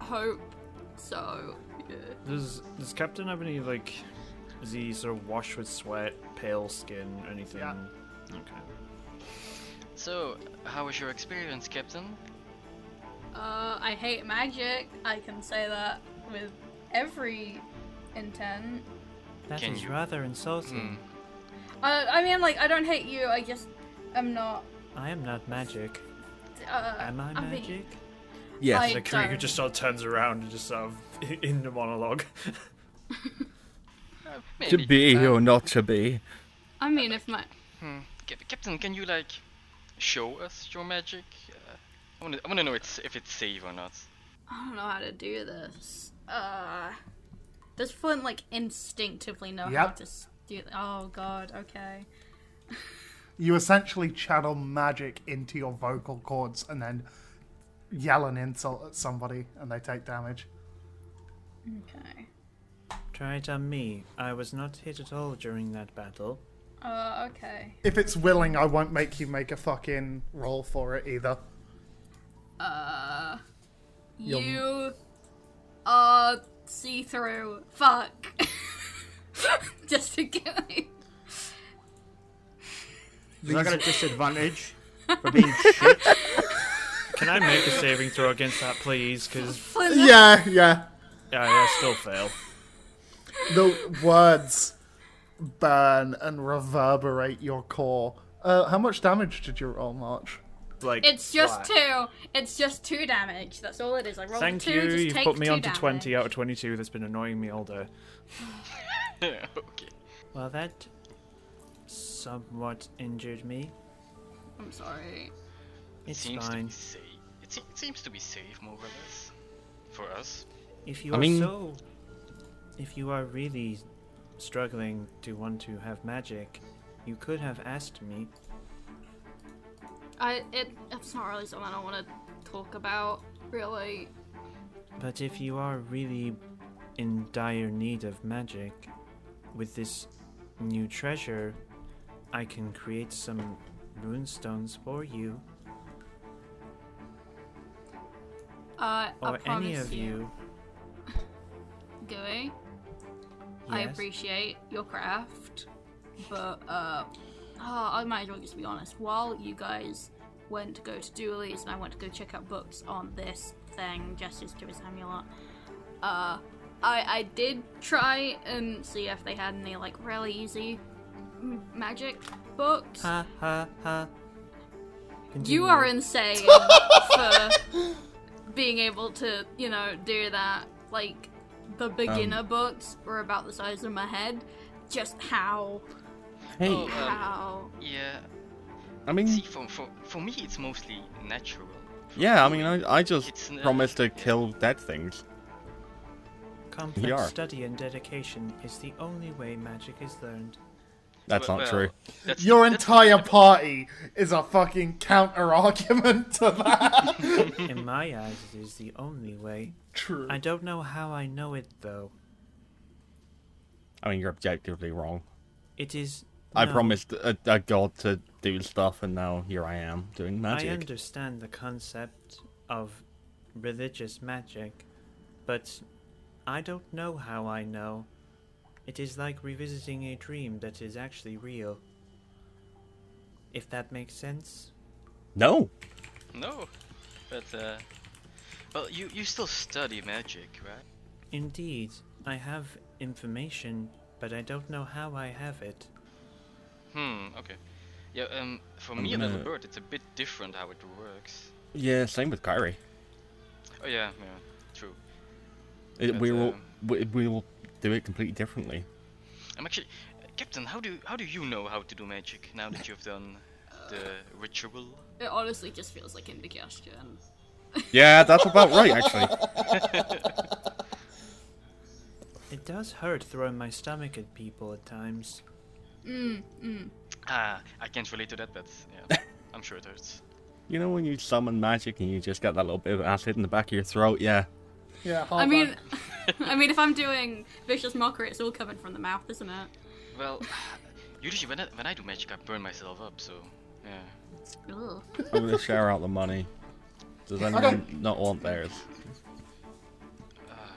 S5: hope so. Yeah.
S6: Does does Captain have any like? Is he sort of washed with sweat, pale skin, anything?
S1: Yeah.
S6: Okay.
S4: So, how was your experience, Captain?
S5: Uh, I hate magic. I can say that with every intent.
S3: That is
S4: Can you-
S3: rather insulting.
S5: I, I mean, like, I don't hate you. I just am not.
S4: Hmm.
S3: I am not magic.
S5: Uh,
S3: Am I
S5: being-
S3: magic?
S7: Yes.
S5: I
S6: The Krieger
S5: don't-
S6: just sort of turns around and just sort of in the monologue.
S4: Uh,
S7: To
S4: maybe.
S7: be
S4: Uh,
S7: or not to be.
S5: I mean, if my
S4: hmm. Cap- Captain, can you like show us your magic? Uh, I wanna, I wanna know it's, if it's safe or not.
S5: I don't know how to do this. Uh, does Flint like instinctively know how
S1: Yep.
S5: to s- do? Oh God. Okay.
S1: you essentially channel magic into your vocal cords and then yell an insult at somebody, and they take damage.
S5: Okay.
S3: Try it on me. I was not hit at all during that battle.
S5: Uh, okay.
S1: If it's willing, I won't make you make a fucking roll for it either.
S5: Uh,
S1: Yum.
S5: you are see through. Fuck. Just to get.
S8: Is that gonna disadvantage?
S6: for being shit. Can I make a saving throw against that, please? Because
S1: Yeah, yeah.
S6: I still fail.
S1: The words burn and reverberate your core. Uh, how much damage did you roll, March?
S6: Like
S5: It's just
S6: flat.
S5: two. It's just two damage. That's all it is. I rolled
S6: Thank
S5: two.
S6: you.
S5: Just
S6: You've
S5: take
S6: put me
S5: two
S6: onto
S5: damage.
S6: twenty out of twenty-two. That's been annoying me all day.
S4: okay.
S3: Well, that somewhat injured me.
S5: I'm sorry.
S3: It's
S4: seems to
S3: fine.
S4: be safe. It, se- it seems to be safe, more or less, for us.
S3: If you
S7: I
S3: are
S7: mean-
S3: so, if you are really struggling to want to have magic, you could have asked me.
S5: I it. It's not really something I want to talk about. Really.
S3: But if you are really in dire need of magic, with this new treasure, I can create some runestones for you,
S5: Uh, I
S3: or
S5: promise
S3: any of you.
S5: Gooey, I
S3: Yes?
S5: appreciate your craft, but uh, ah, I might as well just be honest. While you guys went to go to Dooley's and I went to go check out books on this thing, Justice to his amulet, uh, I I did try and see if they had any like really easy m- magic books.
S3: Ha ha ha.
S5: You
S3: Continue.
S8: Mm.
S5: are insane for being able to, you know, do that. Like, the beginner
S8: Um,
S5: books were about the size of my head. Just how?
S7: Hey,
S4: Oh, um,
S5: How?
S4: yeah.
S7: I mean,
S4: See, for, for for me, it's mostly natural. For
S7: yeah, I
S4: you,
S7: mean, I, I
S4: it's uh,
S7: just
S4: n-
S7: promised to kill dead things.
S3: Complex
S7: You are.
S3: study and dedication is the only way magic is learned.
S7: That's
S4: Well-
S7: not
S4: well,
S7: true.
S4: that's-
S1: Your
S4: that's-
S1: entire party is a fucking counter argument to that.
S3: In my eyes, it is the only way.
S1: True.
S3: I don't know how I know it though.
S7: I mean, you're objectively wrong.
S3: It is.
S7: I
S3: no,
S7: promised a, a god to do stuff, and now here I am doing
S3: I
S7: magic.
S3: understand the concept of religious magic, but I don't know how I know. It is like revisiting a dream that is actually real. If that makes sense.
S7: No,
S4: No, but uh, well, you you still study magic, right?
S3: Indeed, I have information, but I don't know how I have it.
S4: Hmm. Okay. Yeah. Um. For
S7: I'm
S4: me and
S7: gonna-
S4: Albert, it's a bit different how it works.
S7: yeah, same with Kyrie.
S4: Oh yeah. Yeah. True.
S7: It,
S4: But,
S7: we will
S4: um,
S7: we, we will do it completely differently.
S4: I'm actually, uh, Captain. How do how do you know how to do magic now that you've done the ritual?
S5: It honestly just feels like indigestion.
S7: Yeah, that's about right, actually.
S3: It does hurt throwing my stomach at people at times.
S4: Ah, I can't relate to that, but yeah, I'm sure it hurts.
S7: You know when you summon magic and you just get that little bit of acid in the back of your throat? Yeah.
S1: yeah,
S5: I
S1: hard
S5: mean,
S1: on.
S5: I mean, if I'm doing vicious mockery, it's all coming from the mouth, isn't it?
S4: Well, usually when I, when I do magic, I burn myself up. So yeah.
S5: Ugh.
S7: I'm gonna share out the money. Does anyone not want theirs?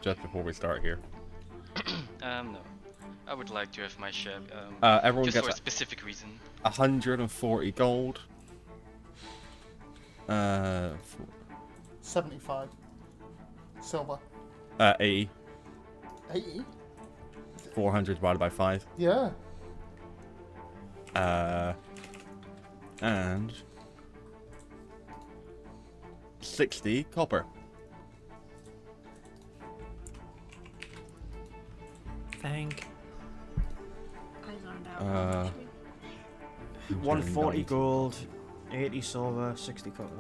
S7: Just before we start here,
S4: Um. No. I would like to have my share. Um,
S7: uh, everyone
S4: just for a
S7: gets
S4: specific reason.
S7: a hundred and forty gold. Uh, f-
S1: 75. Silver.
S7: uh, eighty.
S1: 80?
S7: Four hundred divided by five.
S1: Yeah.
S7: Uh, and sixty copper.
S3: Thank
S5: I zoned out.
S7: Uh,
S5: actually.
S8: 140 gold, 80 silver, 60 copper.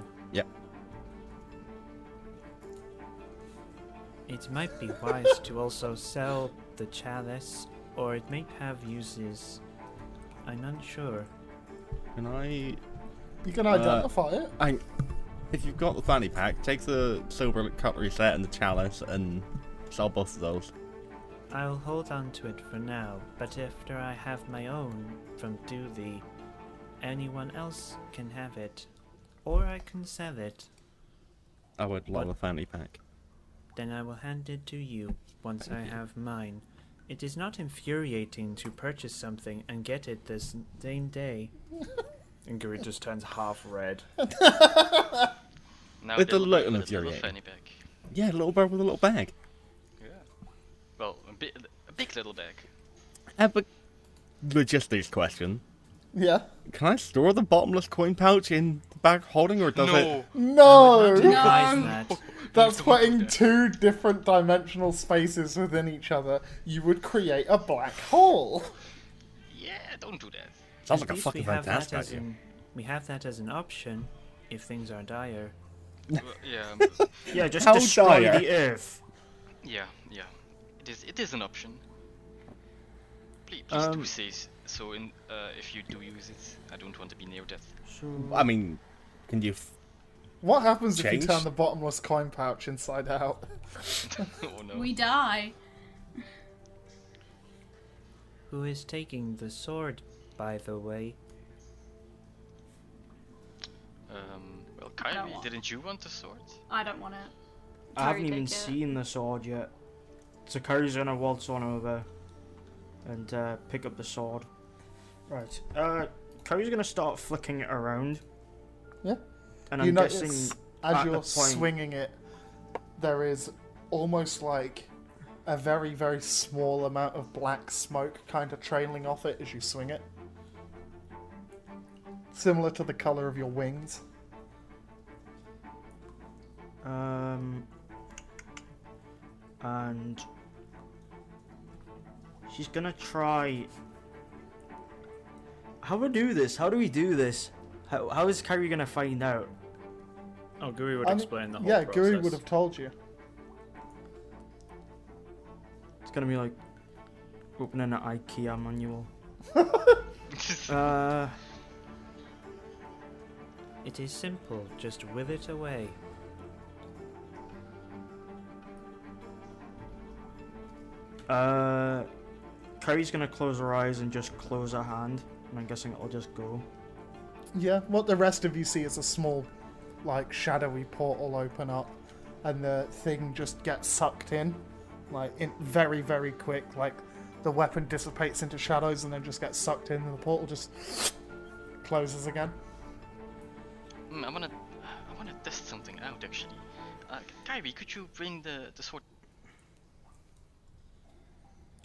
S3: It might be wise to also sell the chalice, or it may have uses. I'm unsure.
S7: Can I
S1: You can
S7: Uh,
S1: identify it.
S7: I, if you've got the fanny pack, take the silver cutlery set and the chalice and sell both of those.
S3: I'll hold on to it for now, but after I have my own from Dooley, anyone else can have it, or I can sell it.
S7: I would love
S3: What?
S7: a fanny pack.
S3: Then I will hand it to you once I have mine. It is not infuriating to purchase something and get it the s- same day.
S6: and Gary just turns half red.
S4: Now
S7: With
S4: they look
S7: the look of
S4: little
S7: infuriating.
S4: fanny bag.
S7: Yeah, little bird with a little bag.
S4: Yeah. Well, a, bi- a big little bag.
S7: Uh, but logistics question:
S1: Yeah.
S7: Can I store the bottomless coin pouch in the bag holding, or does it?
S1: No!
S3: Advise that.
S1: That's putting two different dimensional spaces within each other. You would create a black hole.
S4: Yeah, don't do that.
S7: Sounds
S3: At
S7: like a
S3: least
S7: fucking
S3: we have that
S7: fantastic
S3: as
S7: idea.
S3: an- We have that as an option if things are dire.
S4: Well, yeah, um,
S8: Yeah, just
S7: How
S8: destroy
S7: dire.
S8: the earth.
S4: yeah, yeah. It is. It is an option. Please, please do
S7: Um,
S4: say s- so. In uh, if you do use it, I don't want to be near death.
S7: I mean, can you? F-
S1: What happens if
S7: Change?
S1: you turn the bottomless coin pouch inside out?
S4: oh no.
S5: We die.
S3: Who is taking the sword, by the way?
S4: Um. Well,
S5: I don't
S4: Kyrie,
S5: want-
S4: didn't you want the sword?
S5: I don't want it.
S8: I haven't
S5: Terry
S8: even
S5: take it.
S8: seen the sword yet. So Curry's gonna waltz on over and uh, pick up the sword. Right. Uh, Curry's gonna start flicking it around.
S1: Yeah.
S8: And
S1: you
S8: I'm
S1: notice
S8: guessing.
S1: as
S8: at
S1: you're
S8: the point-
S1: swinging it, there is almost like a very, very small amount of black smoke kind of trailing off it as you swing it. Similar to the color of your wings.
S8: Um. And she's gonna try. How do we do this? How do we do this? How, how is Kyrie gonna find out?
S6: Oh, Guri would
S1: I'm-
S6: explain the whole
S1: yeah,
S6: process.
S1: Guri would have told you.
S8: It's gonna be like opening an IKEA manual. Uh,
S3: It is simple, just will it away.
S8: uh, Kyrie's gonna close her eyes and just close her hand, and I'm guessing it'll just go.
S1: Yeah, what the rest of you see is a small, like, shadowy portal open up, and the thing just gets sucked in, like, in very, very quick. Like, the weapon dissipates into shadows and then just gets sucked in, and the portal just closes again.
S4: Mm, I wanna, I wanna test something out actually. Uh, Kyrie, could you bring the the sword?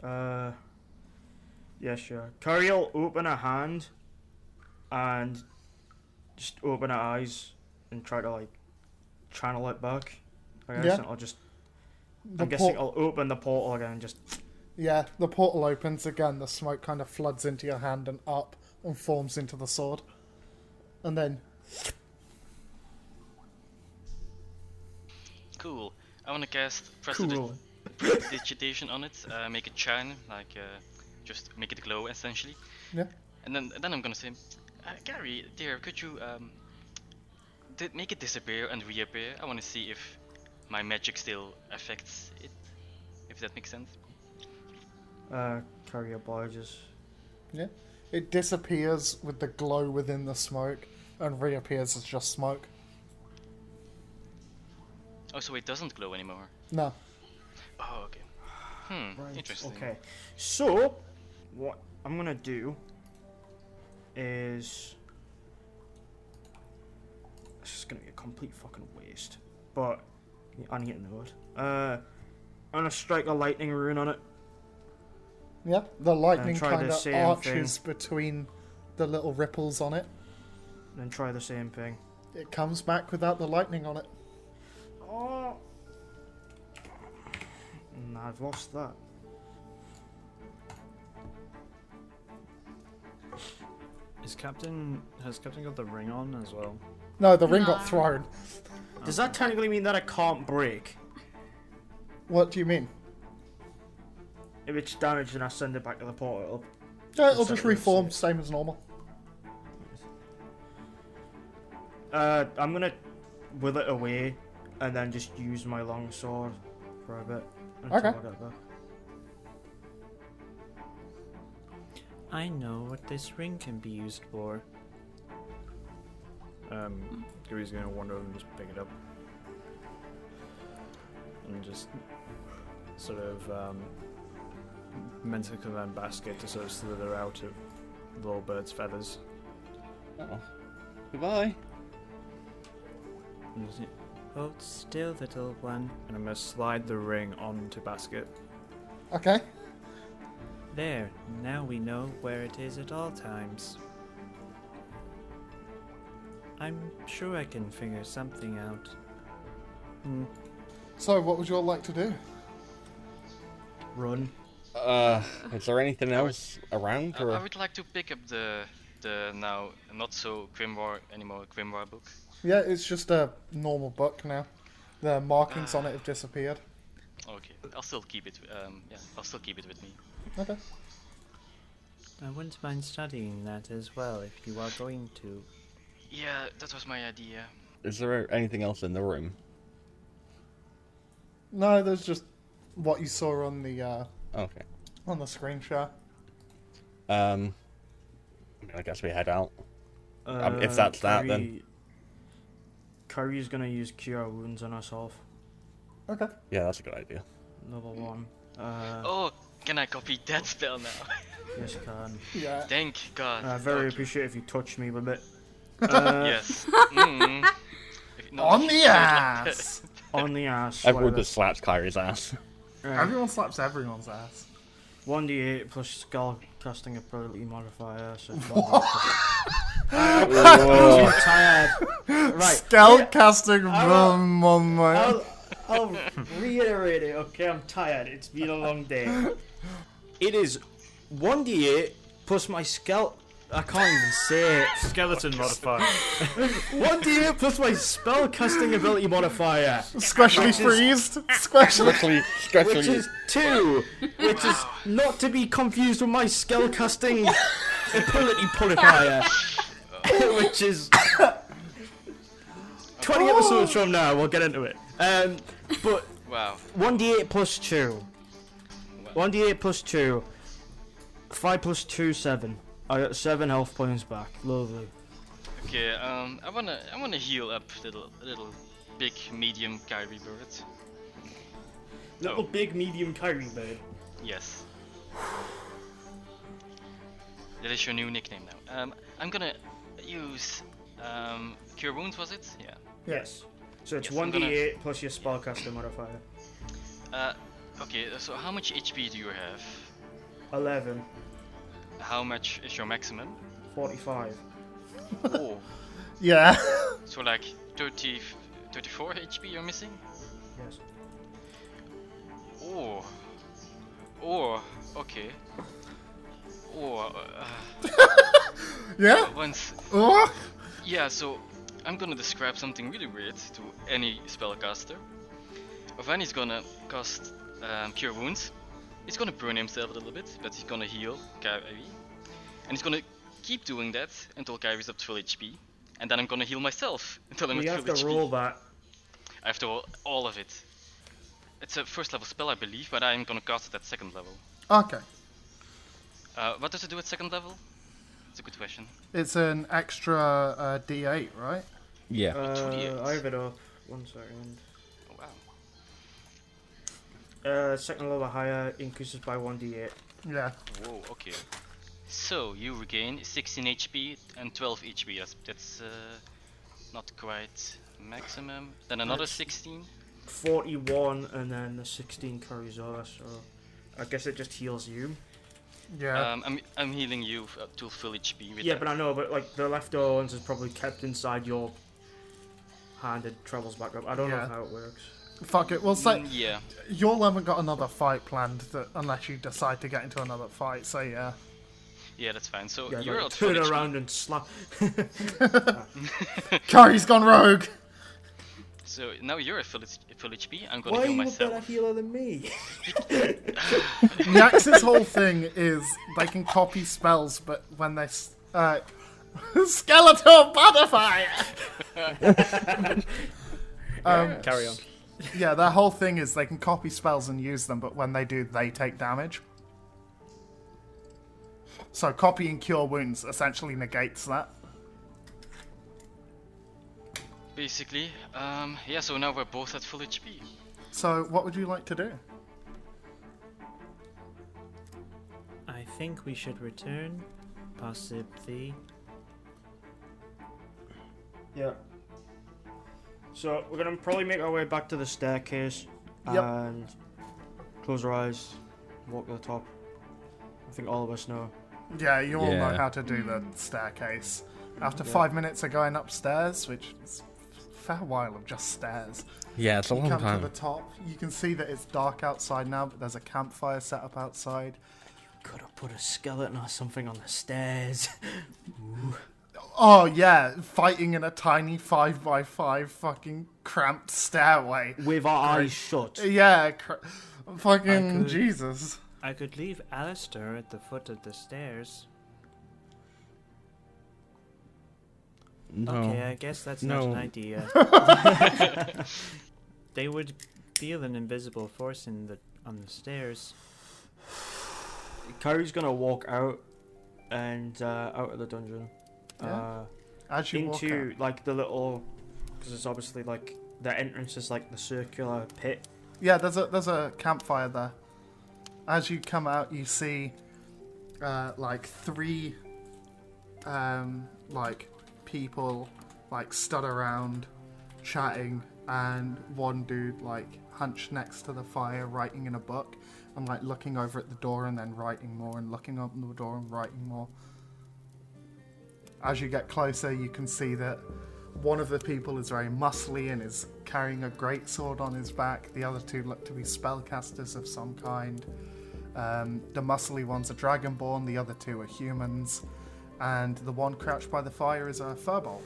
S8: Uh, yeah, sure. Curry will open her hand and just open her eyes and try to like channel it back. I guess
S1: Yeah.
S8: and I'll just.
S1: The
S8: I'm guessing
S1: por-
S8: I'll open the portal again and just.
S1: yeah, the portal opens again. The smoke kind of floods into your hand and up and forms into the sword, and then
S4: Cool. I wanna cast prestidi- prestidigitation on it. Uh, make it shine, like uh, just make it glow essentially.
S1: yeah,
S4: And then then I'm gonna say, uh, Gary, dear, could you um, di- make it disappear and reappear? I wanna see if my magic still affects it. If that makes sense.
S8: Uh, Curry obliges.
S1: yeah, it disappears with the glow within the smoke and reappears as just smoke.
S4: Oh, so it doesn't glow anymore.
S1: No,
S4: Oh, okay. Hmm. Interesting.
S8: Okay. So, what I'm gonna do is this is gonna be a complete fucking waste, but I need to know it. Uh, I'm gonna strike a lightning rune on it.
S1: Yeah, the lightning
S8: try the
S1: kind of
S8: same
S1: arches between the little ripples on it.
S8: and then try the same thing.
S1: It comes back without the lightning on it.
S8: Oh, nah, I've lost that.
S6: Is Captain has Captain got the ring on as well?
S1: No, the ring
S5: No.
S1: got thrown.
S8: Does that technically mean that I can't break?
S1: What do you mean?
S8: If it's damaged, then I send it back to the portal.
S1: Yeah, it'll just
S8: It's not really
S1: reform,
S8: safe.
S1: same as normal.
S8: Uh, I'm gonna will it away, and then just use my long sword for a bit. until
S1: Okay.
S8: I get back.
S3: I know what this ring can be used for.
S6: Um, Guri's gonna wander over and just pick it up, and just sort of um, mental command basket to sort of slither out of little bird's feathers.
S7: oh. Goodbye.
S3: And is it- Hold still, little one.
S6: And I'm gonna slide the ring onto basket.
S1: Okay.
S3: There, now we know where it is at all times. I'm sure I can figure something out. Hmm.
S1: So, what would you all like to do?
S8: Run.
S7: Uh, is there anything
S4: I would-
S7: else around?
S4: I,
S7: Or
S4: I would like to pick up the the now not so grimoire anymore grimoire book.
S1: Yeah, it's just a normal book now. The markings on it have disappeared.
S4: Okay, I'll still keep it. Um, yeah, I'll still keep it with me.
S1: Okay.
S3: I wouldn't mind studying that as well if you are going to.
S4: Yeah, that was my idea.
S7: is there anything else in the room?
S1: No, there's just what you saw on the uh,
S7: Okay.
S1: on the screen share.
S7: Um, I mean, I guess we head out. Um, if that's that, then-
S8: Uh, Kyrie- Kyrie's gonna use cure wounds on herself.
S1: Okay.
S7: Yeah, that's a good idea.
S8: Another one. Uh,
S4: Oh, can I copy that spell now?
S8: Yes, can.
S1: Yeah.
S4: Thank God.
S8: I Uh, very
S4: Thank you.
S8: appreciate if you touch me with it. Uh,
S4: Yes. Mm. If- no,
S1: On
S4: if
S1: the
S4: you don't like
S1: ass.
S8: On the ass.
S7: Everyone
S8: whatever.
S7: just slaps Kyrie's ass.
S8: Right.
S1: Everyone slaps everyone's ass.
S8: 1d8 plus skull casting ability modifier. So
S7: Whoa.
S8: I'm tired. Right.
S1: Spellcasting
S8: I'll-
S1: run on my.
S8: I'll, I'll reiterate it, okay? I'm tired. It's been a long day. It is 1d8 plus my skull. I can't even say it.
S6: Skeleton modifier.
S8: 1d8 plus my spell casting ability modifier,
S1: Squashly freezed. Squashly.
S7: Actually, stretch
S8: which
S7: your-
S8: is 2, which is not to be confused with my spell casting ability modifier, which is. 20 episodes from now, we'll get into it. Um, but
S4: Wow.
S8: 1d8 plus 2. 1d8 plus 2. 5 plus 2, 7. I got 7 health points back. Lovely.
S4: Okay. Um, I wanna I wanna heal up little little big medium Kyrie bird.
S8: Little big medium Kyrie bird.
S4: Yes. That is your new nickname now. Um, I'm gonna use um cure wounds. Was it? Yeah.
S8: Yes. So it's
S4: Yes, I'm
S8: 1d8
S4: gonna-
S8: plus your spellcaster modifier.
S4: Uh, okay. So how much HP do you have?
S8: 11,
S4: How much is your maximum?
S8: 45.
S4: oh,
S1: Yeah.
S4: so like 30, 34 HP you're missing?
S8: Yes.
S4: Oh. Oh, okay. Oh, uh,
S1: Yeah.
S4: once.
S1: Oh.
S4: Yeah, so I'm gonna describe something really weird to any spellcaster. Vani's gonna cast um, Cure Wounds. He's gonna burn himself a little bit, but he's gonna heal Kairi. And he's gonna keep doing that until Kairi's up to full HP. And then I'm gonna heal myself until I'm
S8: We
S4: at
S8: have
S4: full
S8: to
S4: HP.
S8: roll that.
S4: I have to roll all of it. It's a first level spell, I believe, but I'm gonna cast it at second level.
S1: Okay.
S4: Uh, what does it do at second level? It's a good question.
S1: It's an extra uh, D8, right?
S7: yeah.
S8: Uh,
S4: 28.
S8: I have it up. One second.
S4: Oh, wow.
S8: Uh, second level higher increases by 1d8.
S1: Yeah.
S4: Whoa, okay. So, you regain 16 HP and 12 HP. That's, that's uh, not quite maximum. Then another
S8: That's-
S4: 16.
S8: 41 and then the 16 carries over, so I guess it just heals you.
S1: Yeah.
S4: Um, I'm, I'm healing you f- up to full HP with
S8: yeah,
S4: that.
S8: but I know, but like the leftover ones is probably kept inside your hand and travels back up. I don't
S1: Yeah.
S8: know how it works.
S1: Fuck it. We'll say
S4: Mm, yeah,
S1: you all haven't got another fight planned that, unless you decide to get into another fight. So yeah.
S4: yeah, that's fine. So,
S8: Yeah,
S4: you're
S8: like,
S4: at full
S8: turn
S4: HP.
S8: around and slap.
S1: Kari's gone rogue.
S4: So, now you're at full, h- full HP. I'm gonna
S8: Why are
S4: heal
S8: you a better
S4: myself.
S8: healer than me?
S1: Nyax's whole thing is they can copy spells, but when they s- uh, skeletal modifier.
S6: Carry on.
S1: Um, Yeah, their whole thing is they can copy spells and use them, but when they do, they take damage. So copying cure wounds essentially negates that.
S4: Basically, um, yeah, so now we're both at full HP.
S1: So what would you like to do?
S3: I think we should return, possibly.
S8: Yeah. So we're gonna probably make our way back to the staircase
S1: Yep.
S8: and close our eyes, walk to the top. I think all of us know.
S1: Yeah, you all know
S7: Yeah.
S1: how to do the staircase. After five minutes of going upstairs, which is a fair while of just stairs,
S7: Yeah, it's a
S1: you
S7: long
S1: come
S7: time.
S1: to the top. You can see that it's dark outside now, but there's a campfire set up outside.
S8: Could have put a skeleton or something on the stairs.
S1: Oh yeah, fighting in a tiny five by five fucking cramped stairway.
S8: With our eyes shut.
S1: Yeah, cr- fucking
S3: could-
S1: Jesus.
S3: I could leave Alistair at the foot of the stairs.
S7: no.
S3: Okay, I guess that's not
S7: No.
S3: an idea. they would feel an invisible force in the on the stairs.
S8: Kyrie's gonna walk out and uh, out of the dungeon.
S1: Yeah.
S8: Uh,
S1: As you walk out.
S8: into like the little, because it's obviously like the entrance is like the circular pit.
S1: Yeah, there's a there's a campfire there. As you come out, you see uh, like three um, like people like stud around chatting, and one dude like hunched next to the fire writing in a book and like looking over at the door and then writing more and looking up the door and writing more. As you get closer, you can see that one of the people is very muscly and is carrying a great sword on his back. The other two look to be spellcasters of some kind. Um, the muscly one's a dragonborn, the other two are humans, and the one crouched by the fire is a furbolg.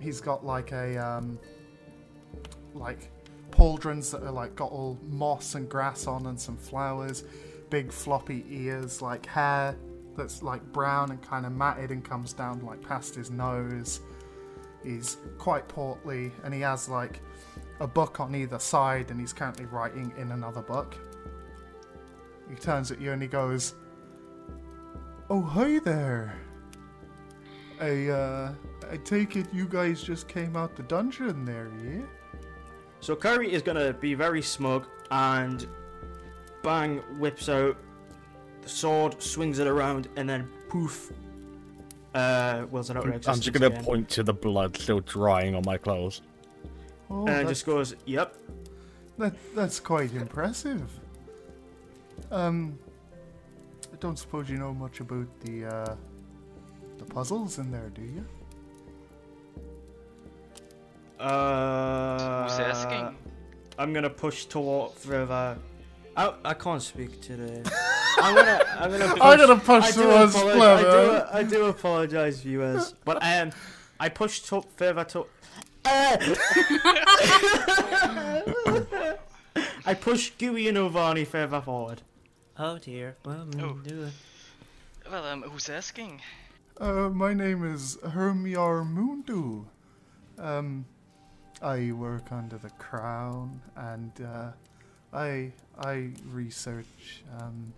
S1: He's got like a um, like pauldrons that are like got all moss and grass on and some flowers, big floppy ears, like hair that's like brown and kind of matted and comes down like past his nose. He's quite portly and he has like a book on either side and he's currently writing in another book. He turns at you and he goes, Oh, hi there. I, uh, I take it you guys just came out the dungeon there, yeah?
S8: So Kyrie is gonna be very smug and bang whips out the sword, swings it around, and then poof. Uh, wills it out of
S7: I'm
S8: existence
S7: just gonna
S8: again.
S7: point to the blood still drying on my clothes.
S1: Oh, that's,
S8: and just goes, "Yep,
S1: that, that's quite impressive. Um, I don't suppose you know much about the, uh, the puzzles in there, do you?
S8: Uh,
S4: Who's asking?
S8: I'm gonna push toward further. I, I can't speak today. I'm gonna I'm gonna
S7: Oh,
S8: push,
S1: I'm gonna push
S8: I do
S1: towards
S8: apolo-
S1: Fleur.
S8: I do, I do apologize, viewers, but I am. I pushed to- further to. Uh, I push Gooey and Ovani further forward.
S3: Oh dear. Well, mm,
S4: Oh.
S3: do it.
S4: Well, um, who's asking?
S1: Uh, my name is Hermiar Mundu. Um, I work under the crown, and uh, I I research um,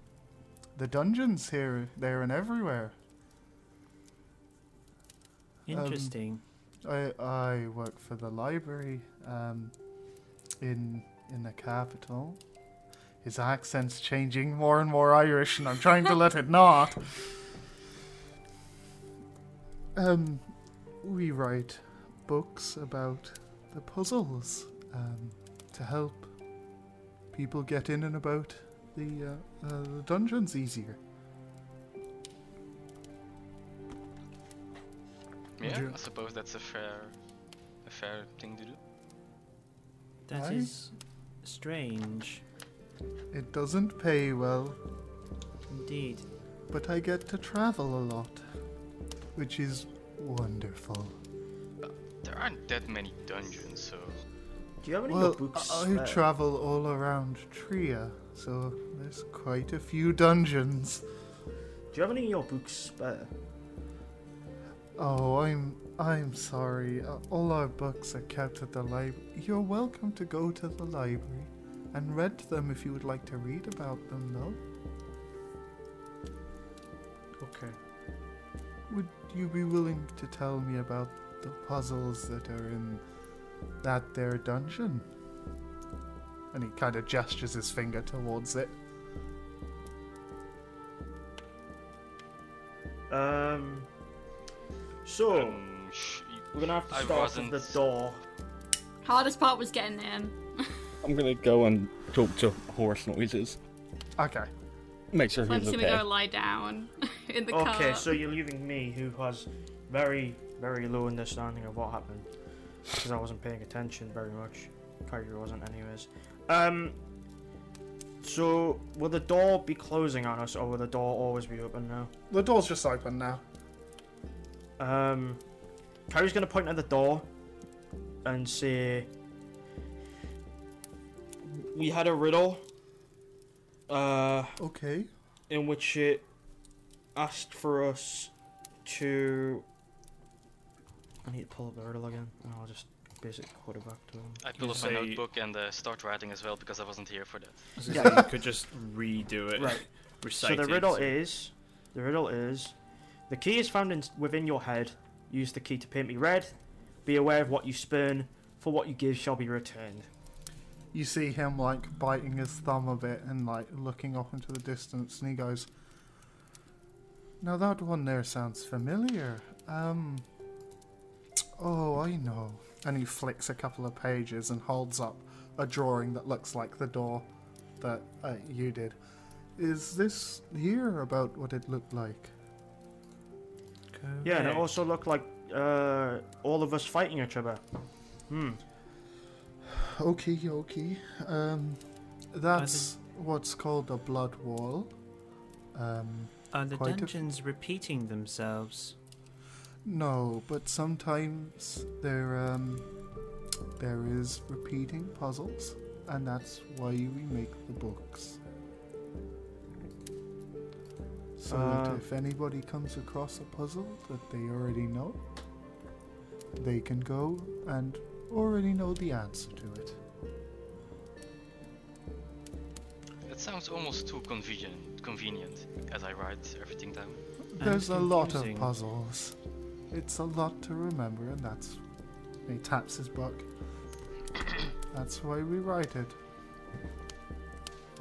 S1: the dungeons here, there, and everywhere. Um,
S3: Interesting.
S1: I I work for the library um, in in the capital. His accent's changing more and more Irish, and I'm trying to let it not. Um, we write books about the puzzles um, to help people get in and about the uh, uh, the dungeons easier. Would
S4: Yeah,
S1: you-
S4: I suppose that's a fair, a fair thing to do.
S3: That
S1: Aye.
S3: is strange,
S1: It doesn't pay well,
S3: indeed.
S1: but I get to travel a lot, which is wonderful.
S4: There aren't that many dungeons, so
S8: Do you have any
S1: Well, uh,
S8: books?
S1: I I travel all around Tria, so there's quite a few dungeons.
S8: Do you have any of your books spare?
S1: Oh, I'm I'm sorry. Uh, All our books are kept at the library. You're welcome to go to the library and read them if you would like to read about them, though.
S8: Okay.
S1: Would you be willing to tell me about the puzzles that are in that there dungeon? And he kind of gestures his finger towards it.
S8: Um. So. Oh.
S4: um, sh-
S8: We're gonna have to
S4: I
S8: start with
S4: wasn't-
S8: the door.
S5: Hardest part was getting in.
S7: I'm gonna go and talk to horse noises.
S1: Okay.
S7: Make sure
S5: I'm
S7: he's
S5: just gonna
S7: okay.
S5: go lie down in the car.
S8: Okay, so you're leaving me, who has very, very low understanding of what happened, because I wasn't paying attention very much. Kyrie wasn't, anyways. Um. So will the door be closing on us, or will the door always be open now?
S1: The door's just open now.
S8: Um, Kyrie's gonna point at the door and say, "We had a riddle, uh,
S1: Okay.
S8: in which it asked for us to." I need to pull up the riddle again, and I'll just basically quote it back to him.
S4: I pull
S3: You
S4: up my
S3: say-
S4: notebook and uh, start writing as well because I wasn't here for that.
S3: you could just redo it.
S8: Right.
S3: Recite
S8: so
S3: it,
S8: the riddle is, the riddle is, the key is found in, within your head. Use the key to paint me red. Be aware of what you spurn, for what you give shall be returned.
S1: You see him like biting his thumb a bit and like looking off into the distance, and he goes, "Now that one there sounds familiar. Um, oh, I know." And he flicks a couple of pages and holds up a drawing that looks like the door that uh, you did. Is this here about what it looked like?
S8: Yeah, and it
S3: Okay.
S8: also looked like uh, all of us fighting each other. Hmm.
S1: Okay, okay. Um, that's what's called a blood wall. Um,
S3: Are the
S1: Quite a-
S3: dungeons repeating themselves?
S1: No, but sometimes there um there is repeating puzzles, and that's why we make the books. So
S8: Uh,
S1: that if anybody comes across a puzzle that they already know, they can go and already know the answer to it.
S4: It sounds almost too convenient, convenient as I write everything down.
S1: There's a lot of
S3: confusing.
S1: puzzles. It's a lot to remember, and that's. He taps his book. That's why we write it.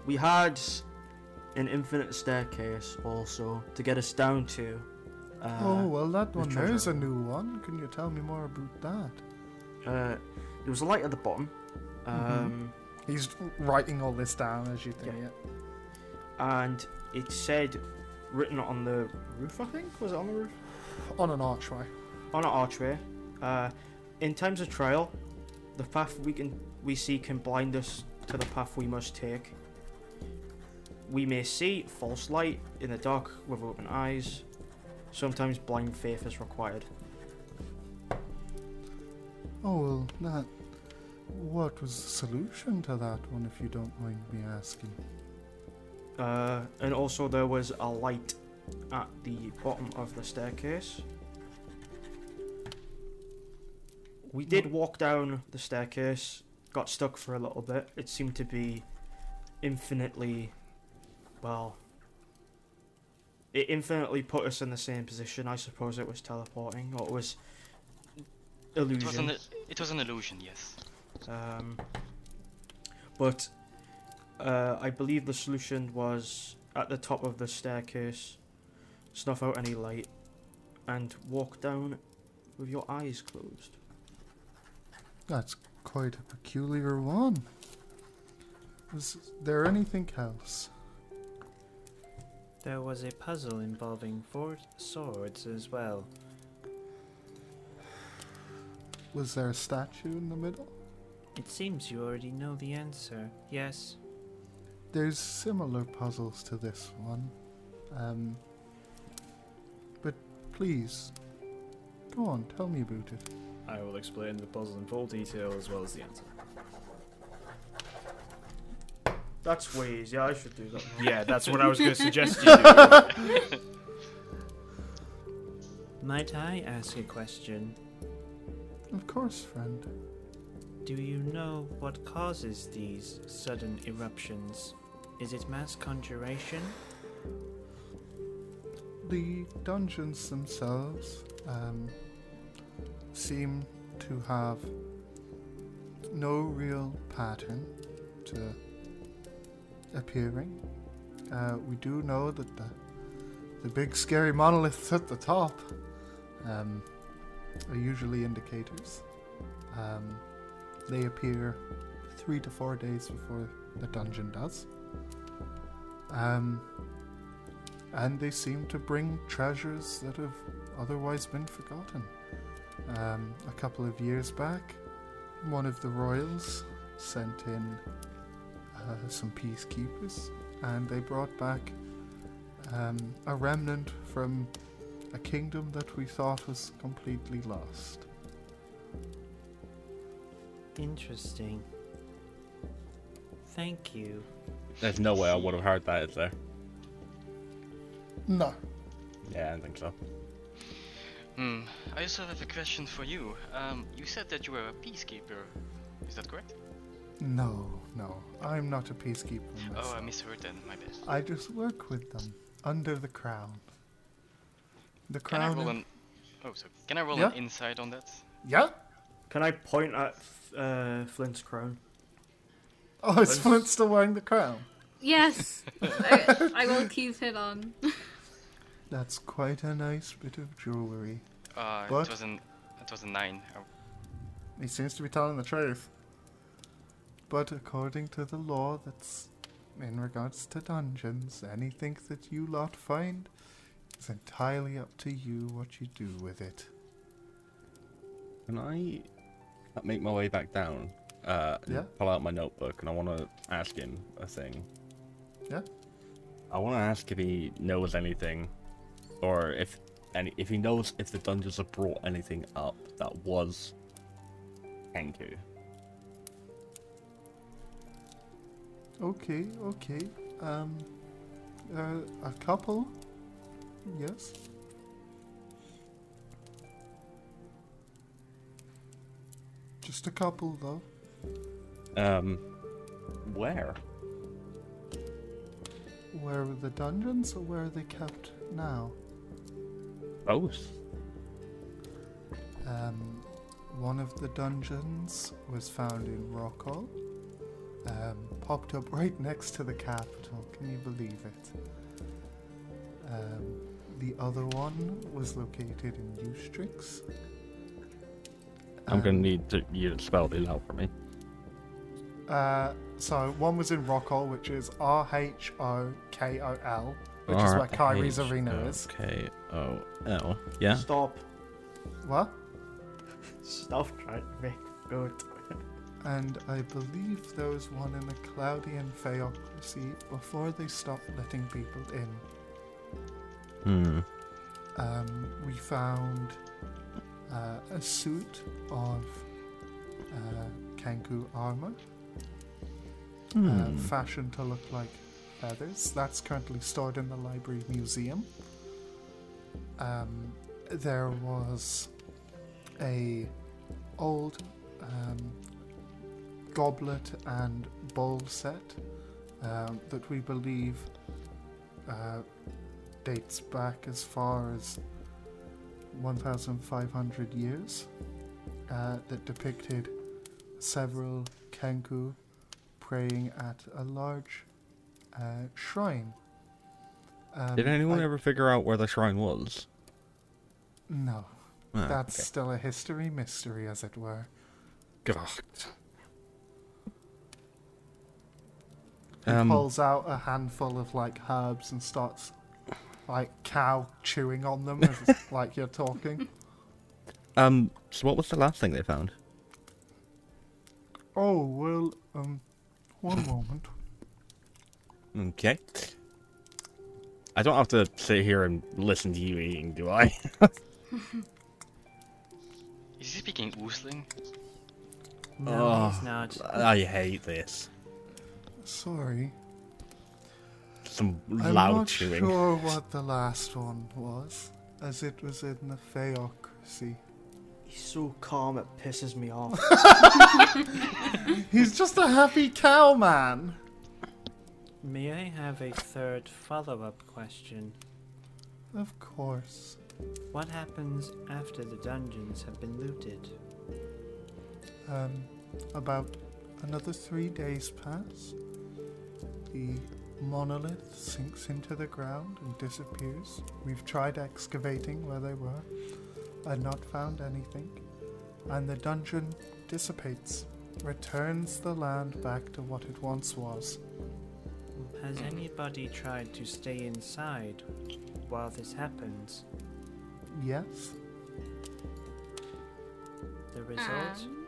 S8: We had an infinite staircase also to get us down to. Uh,
S1: Oh well, that
S8: the
S1: one there's
S8: treasure.
S1: a new one. Can you tell me more about that?
S8: uh, there was a light at the bottom. Um,
S1: He's writing all this down as you think it.
S8: And it said, written on the roof, I think? Was it on the roof?
S1: On an archway.
S8: on an archway. Uh, in times of trial, the path we can we see can blind us to the path we must take. We may see false light in the dark with open eyes. Sometimes blind faith is required.
S1: Oh well, that. What was the solution to that one, if you don't mind me asking?
S8: Uh, and also there was a light at the bottom of the staircase. We did walk down the staircase, got stuck for a little bit. It seemed to be infinitely, well, it infinitely put us in the same position. I suppose it was teleporting, or it was illusion.
S4: It was, an, it was an illusion, yes.
S8: Um, but uh, I believe the solution was at the top of the staircase, snuff out any light, and walk down with your eyes closed.
S1: That's quite a peculiar one. Was there anything else?
S3: There was a puzzle involving four swords as well.
S1: Was there a statue in the middle?
S3: It seems you already know the answer. Yes.
S1: There's similar puzzles to this one. Um, but please, go on, tell me about it.
S6: I will explain the puzzle in full detail as well as the answer.
S8: That's ways. Yeah, I should do that.
S6: Yeah, that's what I was going to suggest you do.
S3: Might I ask a question?
S1: Of course, friend.
S3: Do you know what causes these sudden eruptions? Is it mass conjuration?
S1: The dungeons themselves um, seem to have no real pattern to appearing. Uh, we do know that the, the big scary monolith's at the top. Um, are usually indicators. Um, they appear three to four days before the dungeon does. Um, and they seem to bring treasures that have otherwise been forgotten. Um, a couple of years back, one of the royals sent in uh, some peacekeepers, and they brought back um, a remnant from a kingdom that we thought was completely lost.
S3: Interesting. Thank you.
S7: There's no way I would have heard that, is there?
S1: No.
S7: Yeah, I don't think so.
S4: Hmm. I also have a question for you. Um, you said that you were a peacekeeper. Is that correct?
S1: No, no. I'm not a peacekeeper
S4: Oh,
S1: myself.
S4: I misheard then. My bad.
S1: I just work with them under the crown. The
S4: Can I
S1: crown.
S4: roll
S1: in-
S4: an? Oh, so can I roll an
S1: Yeah?
S4: insight on that?
S1: Yeah.
S8: Can I point at uh, Flint's crown?
S1: Oh, is Flint still wearing the crown?
S5: Yes, I, I will keep it on.
S1: That's quite a nice bit of jewelry.
S4: Uh,
S1: What?
S4: it was an, it was a nine. Oh,
S1: He seems to be telling the truth. But according to the law that's in regards to dungeons, anything that you lot find is entirely up to you what you do with it.
S7: Can I make my way back down? Uh, and
S1: Yeah.
S7: Pull out my notebook and I want to ask him a thing.
S1: Yeah?
S7: I want to ask if he knows anything, or if any if he knows if the dungeons have brought anything up that was Kenku.
S1: Okay, okay. Um, uh, a couple? Yes? Just a couple, though.
S7: Um, where?
S1: Where were the dungeons or where are they kept now?
S7: Both.
S1: Um, one of the dungeons was found in Rockall. Um, popped up right next to the capital. Can you believe it? Um, the other one was located in Eustrix.
S7: I'm gonna
S1: Um,
S7: need to, you to spell these out for me.
S1: Uh, so one was in Rockall, which is R H O K O L, which is where Kyrie's arena is.
S7: K O L. Yeah.
S8: Stop.
S1: What?
S8: Stop trying to make good.
S1: And I believe there was one in the Cloudian theocracy before they stopped letting people in.
S7: Hmm.
S1: Uh, Um, we found uh, a suit of uh, Kenku armor, uh,
S7: Hmm.
S1: fashioned uh, to look like feathers. That's currently stored in the library museum. Um, there was a old um, goblet and bowl set um, that we believe uh, dates back as far as 1,500 years uh, that depicted several Kenku praying at a large uh, shrine. Um,
S7: Did anyone
S1: I-
S7: ever figure out where the shrine was?
S1: No,
S7: Ah,
S1: that's still a history mystery, as it were.
S7: okay. God.
S1: He
S7: Um,
S1: pulls out a handful of like herbs and starts like cow chewing on them as it's like you're talking.
S7: Um. So what was the last thing they found?
S1: Oh well, um, one moment.
S7: Okay. I don't have to sit here and listen to you eating, do I?
S4: is he speaking Oosling?
S3: No,
S7: Oh.
S3: he's not.
S7: I hate this.
S1: Sorry,
S7: Some
S1: I'm
S7: loud
S1: not
S7: chewing.
S1: sure what the last one was, as it was in the theocracy.
S8: He's so calm, it pisses me off.
S1: He's just a happy cow man.
S3: May I have a third follow up question?
S1: Of course.
S3: What happens after the dungeons have been looted?
S1: Um, about another three days pass. The monolith sinks into the ground and disappears. We've tried excavating where they were, and not found anything, and the dungeon dissipates, returns the land back to what it once was.
S3: Has anybody tried to stay inside while this happens?
S1: Yes,
S3: The result?
S5: Um,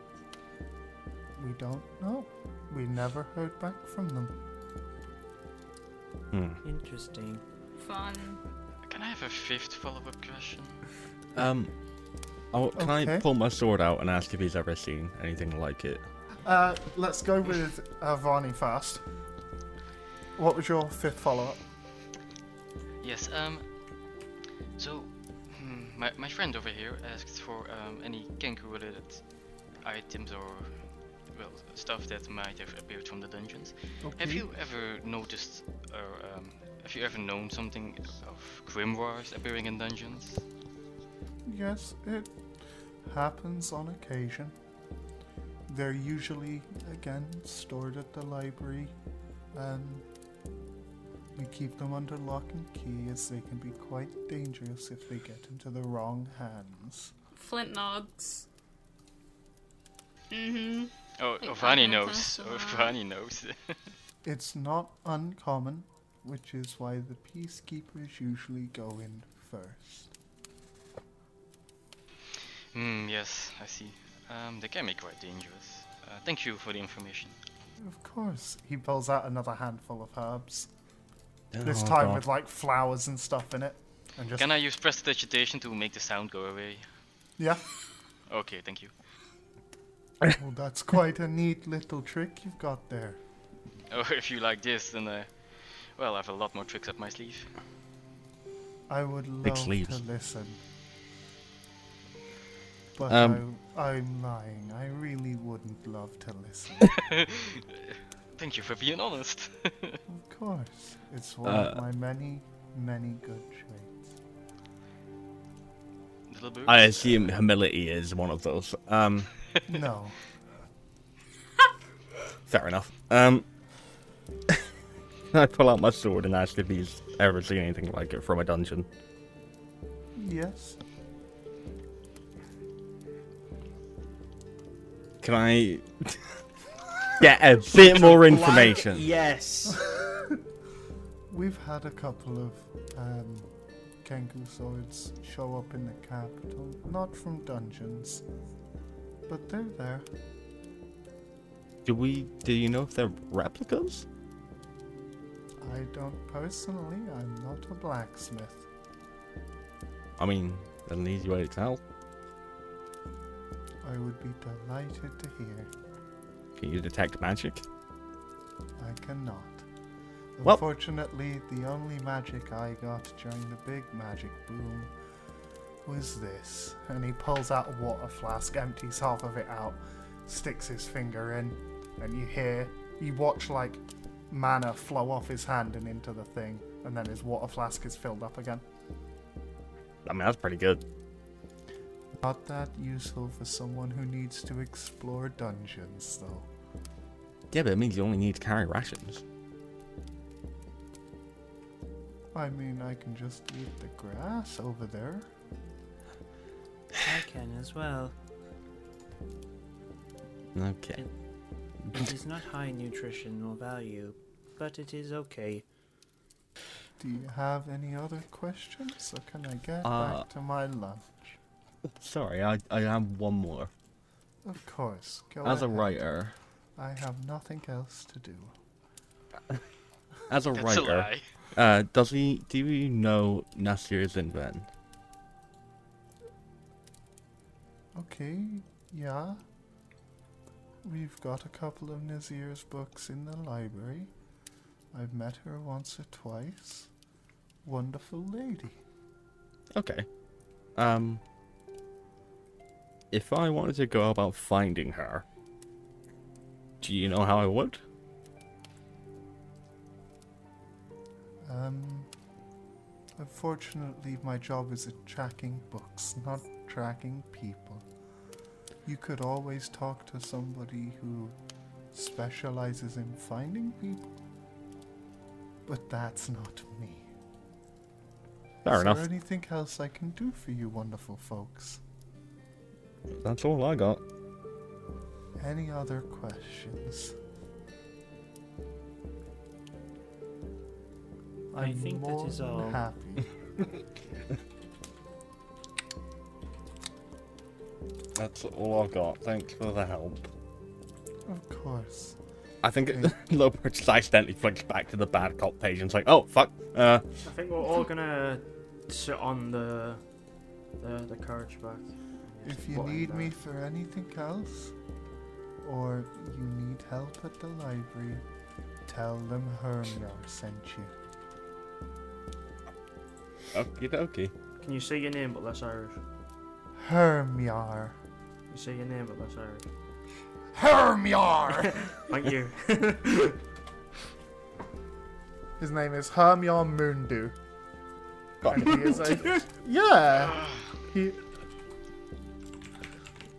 S1: we don't know. We never heard back from them.
S7: Hmm.
S3: Interesting.
S5: fun.
S4: Can I have a fifth follow-up question?
S7: Um, oh, can I
S1: Okay.
S7: pull my sword out and ask if he's ever seen anything like it?
S1: Uh, let's go with uh, Varney first. What was your fifth follow up?
S4: Yes, um, so, hmm, my, my friend over here asked for um, any Kenku related items or, well, stuff that might have appeared from the dungeons. Have you ever noticed, or um, have you ever known something of grimoires appearing in dungeons?
S1: Yes, it happens on occasion. They're usually, again, stored at the library, and we keep them under lock and key as they can be quite dangerous if they get into the wrong hands.
S5: Flint nods. Mm-hmm.
S4: Oh,
S5: Like
S4: Ovani
S5: Vanya
S4: knows.
S5: Castle.
S4: Ovani knows.
S1: It's not uncommon, which is why the peacekeepers usually go in first.
S4: Hmm, yes, I see. Um, they can be quite dangerous. Uh, thank you for the information.
S1: Of course, he pulls out another handful of herbs,
S7: Oh,
S1: this time with like flowers and stuff in it. And just,
S4: Can I use prestidigitation to make the sound go away?
S1: yeah.
S4: Okay, thank you.
S1: Well, that's quite a neat little trick you've got there.
S4: Oh, if you like this, then uh, well, I have a lot more tricks up my sleeve.
S1: I would
S7: Big
S1: love
S7: sleeves.
S1: to listen. But
S7: Um,
S1: I, I'm lying. I really wouldn't love to listen.
S4: Thank you for being honest.
S1: of course. It's one of
S7: Uh,
S1: my many, many good traits.
S4: Little bird.
S7: I assume humility is one of those. Um,
S1: no.
S7: fair enough. Um, I pull out my sword and ask if he's ever seen anything like it from a dungeon.
S1: Yes.
S7: Can I get a bit more information?
S8: Yes.
S1: We've had a couple of um, Kenku swords show up in the capital. Not from dungeons. But they're there.
S7: Do we? Do you know if they're replicas?
S1: I don't personally. I'm not a blacksmith.
S7: I mean, that's an easy way to tell.
S1: I would be delighted to hear.
S7: Can you detect magic?
S1: I cannot.
S7: Well-
S1: Unfortunately, the only magic I got during the big magic boom was this. And he pulls out a water flask, empties half of it out, sticks his finger in, and you hear, you watch like mana flow off his hand and into the thing, and then his water flask is filled up again.
S7: I mean, that's pretty good.
S1: Not that useful for someone who needs to explore dungeons, though.
S7: Yeah, but it means you only need to carry rations.
S1: I mean, I can just eat the grass over there.
S3: I can as well.
S7: Okay.
S3: It is not high nutritional value, but it is okay.
S1: Do you have any other questions, or can I get
S7: Uh,
S1: back to my lunch?
S7: Sorry, I, I have one more.
S1: Of course. Go
S7: As a
S1: ahead.
S7: writer,
S1: I have nothing else to do.
S7: as a
S4: That's a
S7: writer,
S4: lie.
S7: uh, does he? Do you know Nasir Zinven?
S1: Okay, yeah. We've got a couple of Nazir's books in the library. I've met her once or twice. Wonderful lady.
S7: Okay. Um. If I wanted to go about finding her, do you know how I would?
S1: Um, unfortunately, my job is at tracking books, not tracking people. You could always talk to somebody who specializes in finding people, but that's not me.
S7: Fair
S1: is
S7: enough.
S1: there anything else I can do for you, wonderful folks?
S7: That's all I got.
S1: Any other questions?
S3: I think that is
S1: than
S3: all.
S1: Happy.
S7: That's all I got. Thanks for the help.
S1: Of course.
S7: I think Lopar just accidentally flicks back to the bad cop page and it's like, oh fuck. Uh,
S8: I think we're all gonna sit on the the, the carriage back.
S1: If you
S8: What
S1: need
S8: in
S1: me
S8: that?
S1: for anything else, or you need help at the library, tell them Hermione sent you.
S7: okie dokie.
S8: Can you say your name but less Irish?
S1: Hermione.
S8: You say your name but less Irish.
S1: Hermione!
S8: Thank you.
S1: His name is Hermione Mundu.
S7: God.
S1: And he is a. Yeah! He.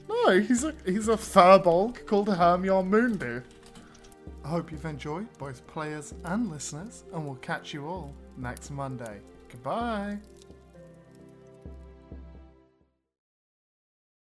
S1: No, he's a, he's a furbolg called Hermione Mundu. I hope you've enjoyed, both players and listeners, and we'll catch you all next Monday. Goodbye!